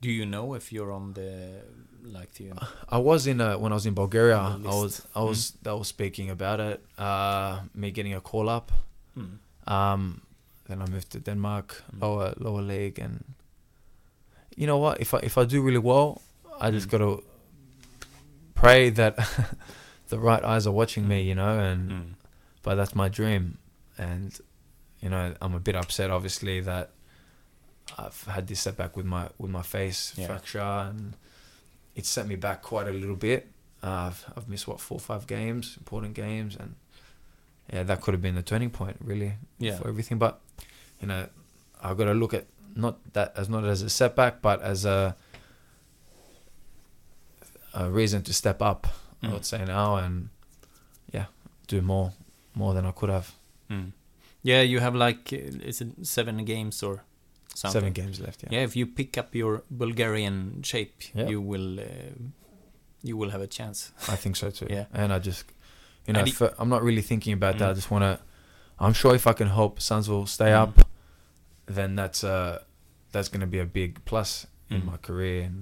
Speaker 3: Do you know if you're on the like the mm.
Speaker 5: I was in uh when I was in Bulgaria. I
Speaker 3: On the list. Mm.
Speaker 5: was I was I was speaking about it. Uh, me getting a call up.
Speaker 3: mm.
Speaker 5: Um, then I moved to Denmark,
Speaker 3: Mm.
Speaker 5: lower lower league, and you know what? If I if I do really well, I just
Speaker 3: Mm.
Speaker 5: gotta pray that the right eyes are watching me, you know. And
Speaker 3: Mm.
Speaker 5: but that's my dream, and you know I'm a bit upset, obviously, that I've had this setback with my with my face
Speaker 3: Yeah.
Speaker 5: fracture, and it set me back quite a little bit. Uh, I've I've missed what four or five games, important games, and yeah, that could have been the turning point, really
Speaker 3: yeah
Speaker 5: for everything. But you know, I've got to look at not that as not as a setback, but as a a reason to step up. I
Speaker 3: Mm.
Speaker 5: would say now and yeah, do more more than I could have.
Speaker 3: mm. yeah you have like uh, is it seven games or something
Speaker 5: Seven games left. Yeah.
Speaker 3: yeah if you pick up your Bulgarian shape
Speaker 5: Yeah.
Speaker 3: you will uh, you will have a chance
Speaker 5: I think so too.
Speaker 3: Yeah.
Speaker 5: and I just you know
Speaker 3: And it-
Speaker 5: fir- I'm not really thinking about that. I
Speaker 3: Mm.
Speaker 5: just want to. I'm sure if I can help Sunsville stay
Speaker 3: Mm.
Speaker 5: up, then that's uh that's going to be a big plus in
Speaker 3: Mm.
Speaker 5: my career and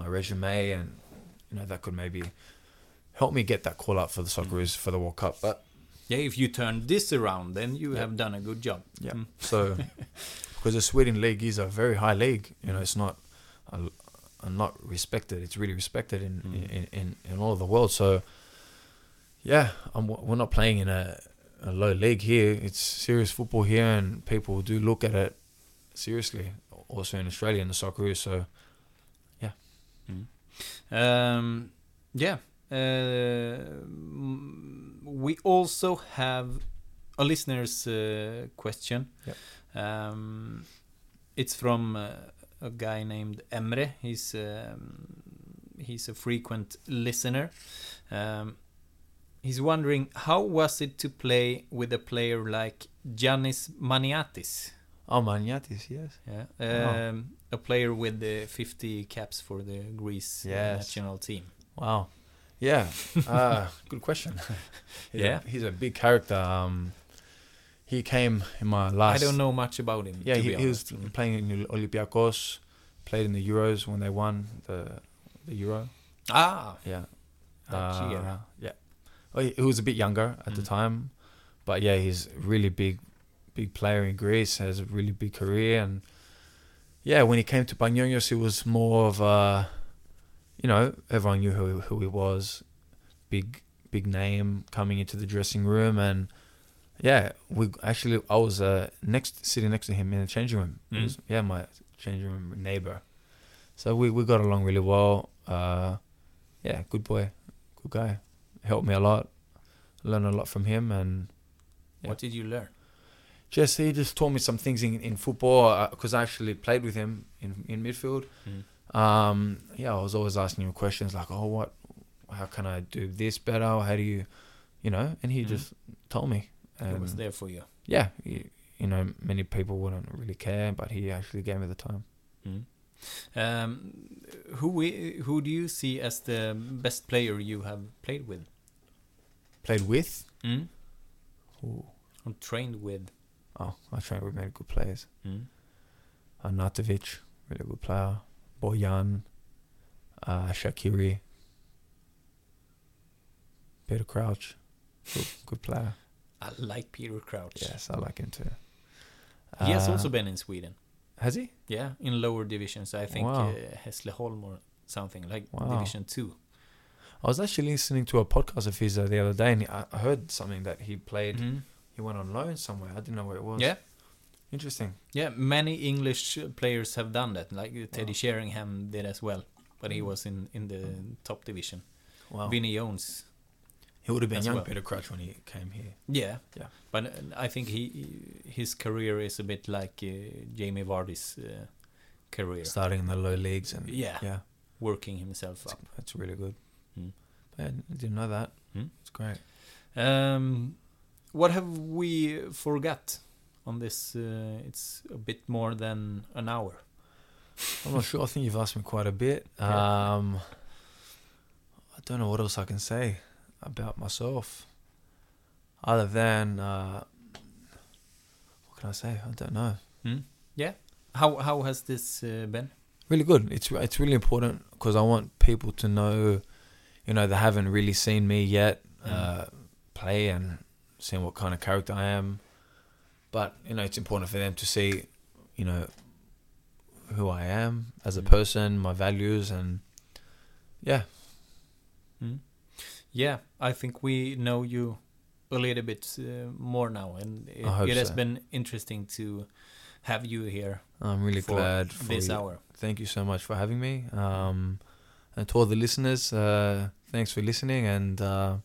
Speaker 5: my resume and you know that could maybe help me get that call up for the
Speaker 3: Mm.
Speaker 5: Socceroos for the World Cup. But
Speaker 3: yeah if you turn this around then you have done a good job
Speaker 5: Yeah.
Speaker 3: Mm.
Speaker 5: so because the Sweden league is a very high league, you know, it's not a, a not respected. It's really respected in,
Speaker 3: Mm.
Speaker 5: in, in in all of the world. So yeah, I'm, we're not playing in a, a low league here. It's serious football here, and people do look at it seriously. Also in Australia in the soccer, so
Speaker 3: Um, yeah. Uh, mm, we also have a listener's uh, question.
Speaker 5: Yep.
Speaker 3: Um, it's from uh, a guy named Emre. He's um, he's a frequent listener. Um, he's wondering how was it to play with a player like Giannis Maniatis?
Speaker 5: oh, Maniatis, yes,
Speaker 3: Yeah.
Speaker 5: Wow.
Speaker 3: Um, A player with the 50 caps for the Greece uh,
Speaker 5: Yes.
Speaker 3: national team.
Speaker 5: wow, yeah, uh, good question. He's
Speaker 3: Yeah.
Speaker 5: a, he's a big character. Um, he came in my last.
Speaker 3: I don't know much about him.
Speaker 5: Yeah,
Speaker 3: to
Speaker 5: he,
Speaker 3: be
Speaker 5: he was
Speaker 3: honest. Mm.
Speaker 5: playing in Olympiacos, played in the Euros when they won the the Euro.
Speaker 3: Ah,
Speaker 5: Yeah.
Speaker 3: That year.
Speaker 5: Yeah. Oh, he, he was a bit younger at the
Speaker 3: Mm.
Speaker 5: time, but yeah, he's a really big, big player in Greece. Has a really big career, and yeah, when he came to Panionios, he was more of a, you know, everyone knew who who he was, big big name coming into the dressing room, and yeah, we actually I was uh, next sitting next to him in the changing room. He
Speaker 3: Mm.
Speaker 5: was- yeah, my changing room neighbor. So we, we got along really well. Uh, yeah, good boy, good guy. Helped me a lot. Learned a lot from him, and Yeah.
Speaker 3: what did you learn?
Speaker 5: just he just taught me some things in, in football because I actually played with him in in midfield. Um, yeah, I was always asking him questions like, "Oh, what? How can I do this better? How do you, you know?" And he
Speaker 3: Mm.
Speaker 5: just told me.
Speaker 3: It was
Speaker 5: And,
Speaker 3: there for you.
Speaker 5: yeah, you, you know, many people wouldn't really care, but he actually gave me the time.
Speaker 3: Um, who we, who do you see as the best player you have played with
Speaker 5: Played with.
Speaker 3: mm?
Speaker 5: Ooh.
Speaker 3: or trained with?
Speaker 5: Oh, I trained with many good players.
Speaker 3: Mm.
Speaker 5: Arnautovic, really good player. Bojan, uh, Shakiri, Peter Crouch, good, good player.
Speaker 3: I like Peter Crouch.
Speaker 5: Yes, I like him too.
Speaker 3: He has
Speaker 5: Uh,
Speaker 3: also been in Sweden.
Speaker 5: has he?
Speaker 3: Yeah, in lower divisions. I think
Speaker 5: Wow.
Speaker 3: uh, Hässleholm or something like
Speaker 5: Wow.
Speaker 3: Division Two.
Speaker 5: I was actually listening to a podcast of his uh, the other day, and I I heard something that he played.
Speaker 3: Mhm.
Speaker 5: He went on loan somewhere. I didn't know where it was.
Speaker 3: Yeah,
Speaker 5: interesting.
Speaker 3: Yeah, many English uh, players have done that. Like uh, Teddy
Speaker 5: Wow. Hmm.
Speaker 3: Sheringham did as well, but he was in in the top division.
Speaker 5: Wow,
Speaker 3: Vinny Jones.
Speaker 5: he would have been
Speaker 3: as
Speaker 5: young
Speaker 3: well.
Speaker 5: Peter Crouch when he came here.
Speaker 3: Yeah,
Speaker 5: Yeah.
Speaker 3: But uh, I think he his career is a bit like uh, Jamie Vardy's uh, career,
Speaker 5: Starting in the low leagues and
Speaker 3: Yeah.
Speaker 5: yeah,
Speaker 3: working himself
Speaker 5: that's,
Speaker 3: up.
Speaker 5: that's really good.
Speaker 3: Mm.
Speaker 5: But I didn't know that.
Speaker 3: Mm.
Speaker 5: It's great.
Speaker 3: Um, what have we forgot on this? Uh, it's a bit more than an hour.
Speaker 5: I'm not sure. I think you've asked me quite a bit. Um, I don't know what else I can say about myself, other than uh, what can I say? I don't know.
Speaker 3: How how has this uh, been?
Speaker 5: Really good. It's it's really important because I want people to know, you know, they haven't really seen me yet
Speaker 3: Mm.
Speaker 5: uh, play and seen what kind of character I am. But you know, it's important for them to see, you know, who I am as a
Speaker 3: Mm.
Speaker 5: person, my values, and yeah,
Speaker 3: Yeah, I think we know you a little bit uh, more now, and it,
Speaker 5: I hope
Speaker 3: it has
Speaker 5: so.
Speaker 3: been interesting to have you here
Speaker 5: I'm really
Speaker 3: for
Speaker 5: glad for
Speaker 3: this
Speaker 5: you.
Speaker 3: hour.
Speaker 5: Thank you so much for having me. Um, and to all the listeners, uh, thanks for listening and uh,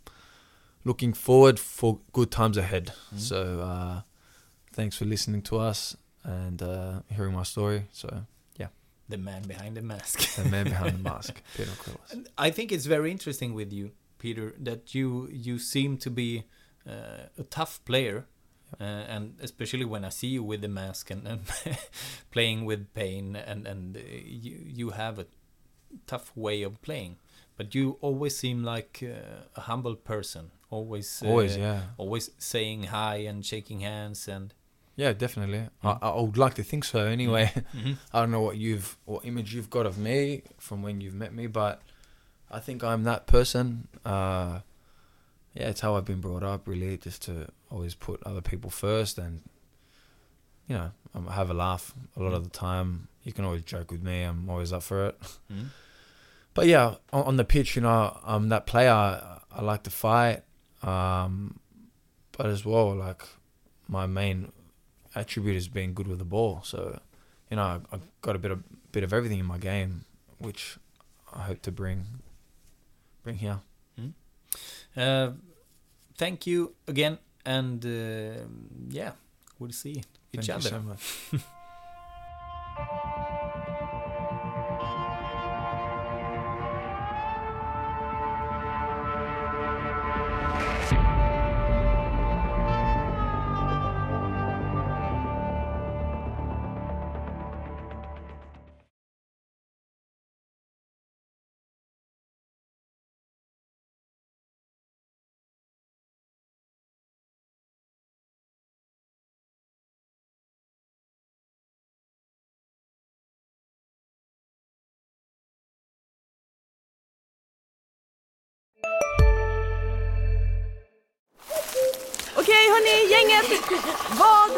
Speaker 5: looking forward for good times ahead. So, uh, thanks for listening to us and uh, hearing my story. So,
Speaker 3: The man behind the mask.
Speaker 5: the man behind the mask, Peter Quillis.
Speaker 3: I think it's very interesting with you, Peter, that you you seem to be uh, a tough player, uh, and especially when I see you with the mask and, and playing with pain, and and uh, you you have a tough way of playing, but you always seem like uh, a humble person, always uh,
Speaker 5: Always, yeah.
Speaker 3: always saying hi and shaking hands and
Speaker 5: Yeah, definitely. I, I would like to think so. Anyway, I don't know what you've, what image you've got of me from when you've met me, but I think I'm that person. Uh, yeah, it's how I've been brought up, really, just to always put other people first, and you know, um, have a laugh a lot of the time. You can always joke with me. I'm always up for it. But yeah, on, on the pitch, you know, I'm that player. I, I like to fight, um, but as well, like my main attribute is being good with the ball. So, you know, I- I've got a bit of bit of everything in my game, which I hope to bring bring here.
Speaker 3: Uh, thank you again, and uh, yeah, we'll see each
Speaker 5: Thank
Speaker 3: other.
Speaker 5: you so much.
Speaker 6: Okej hörni, gänget! Vad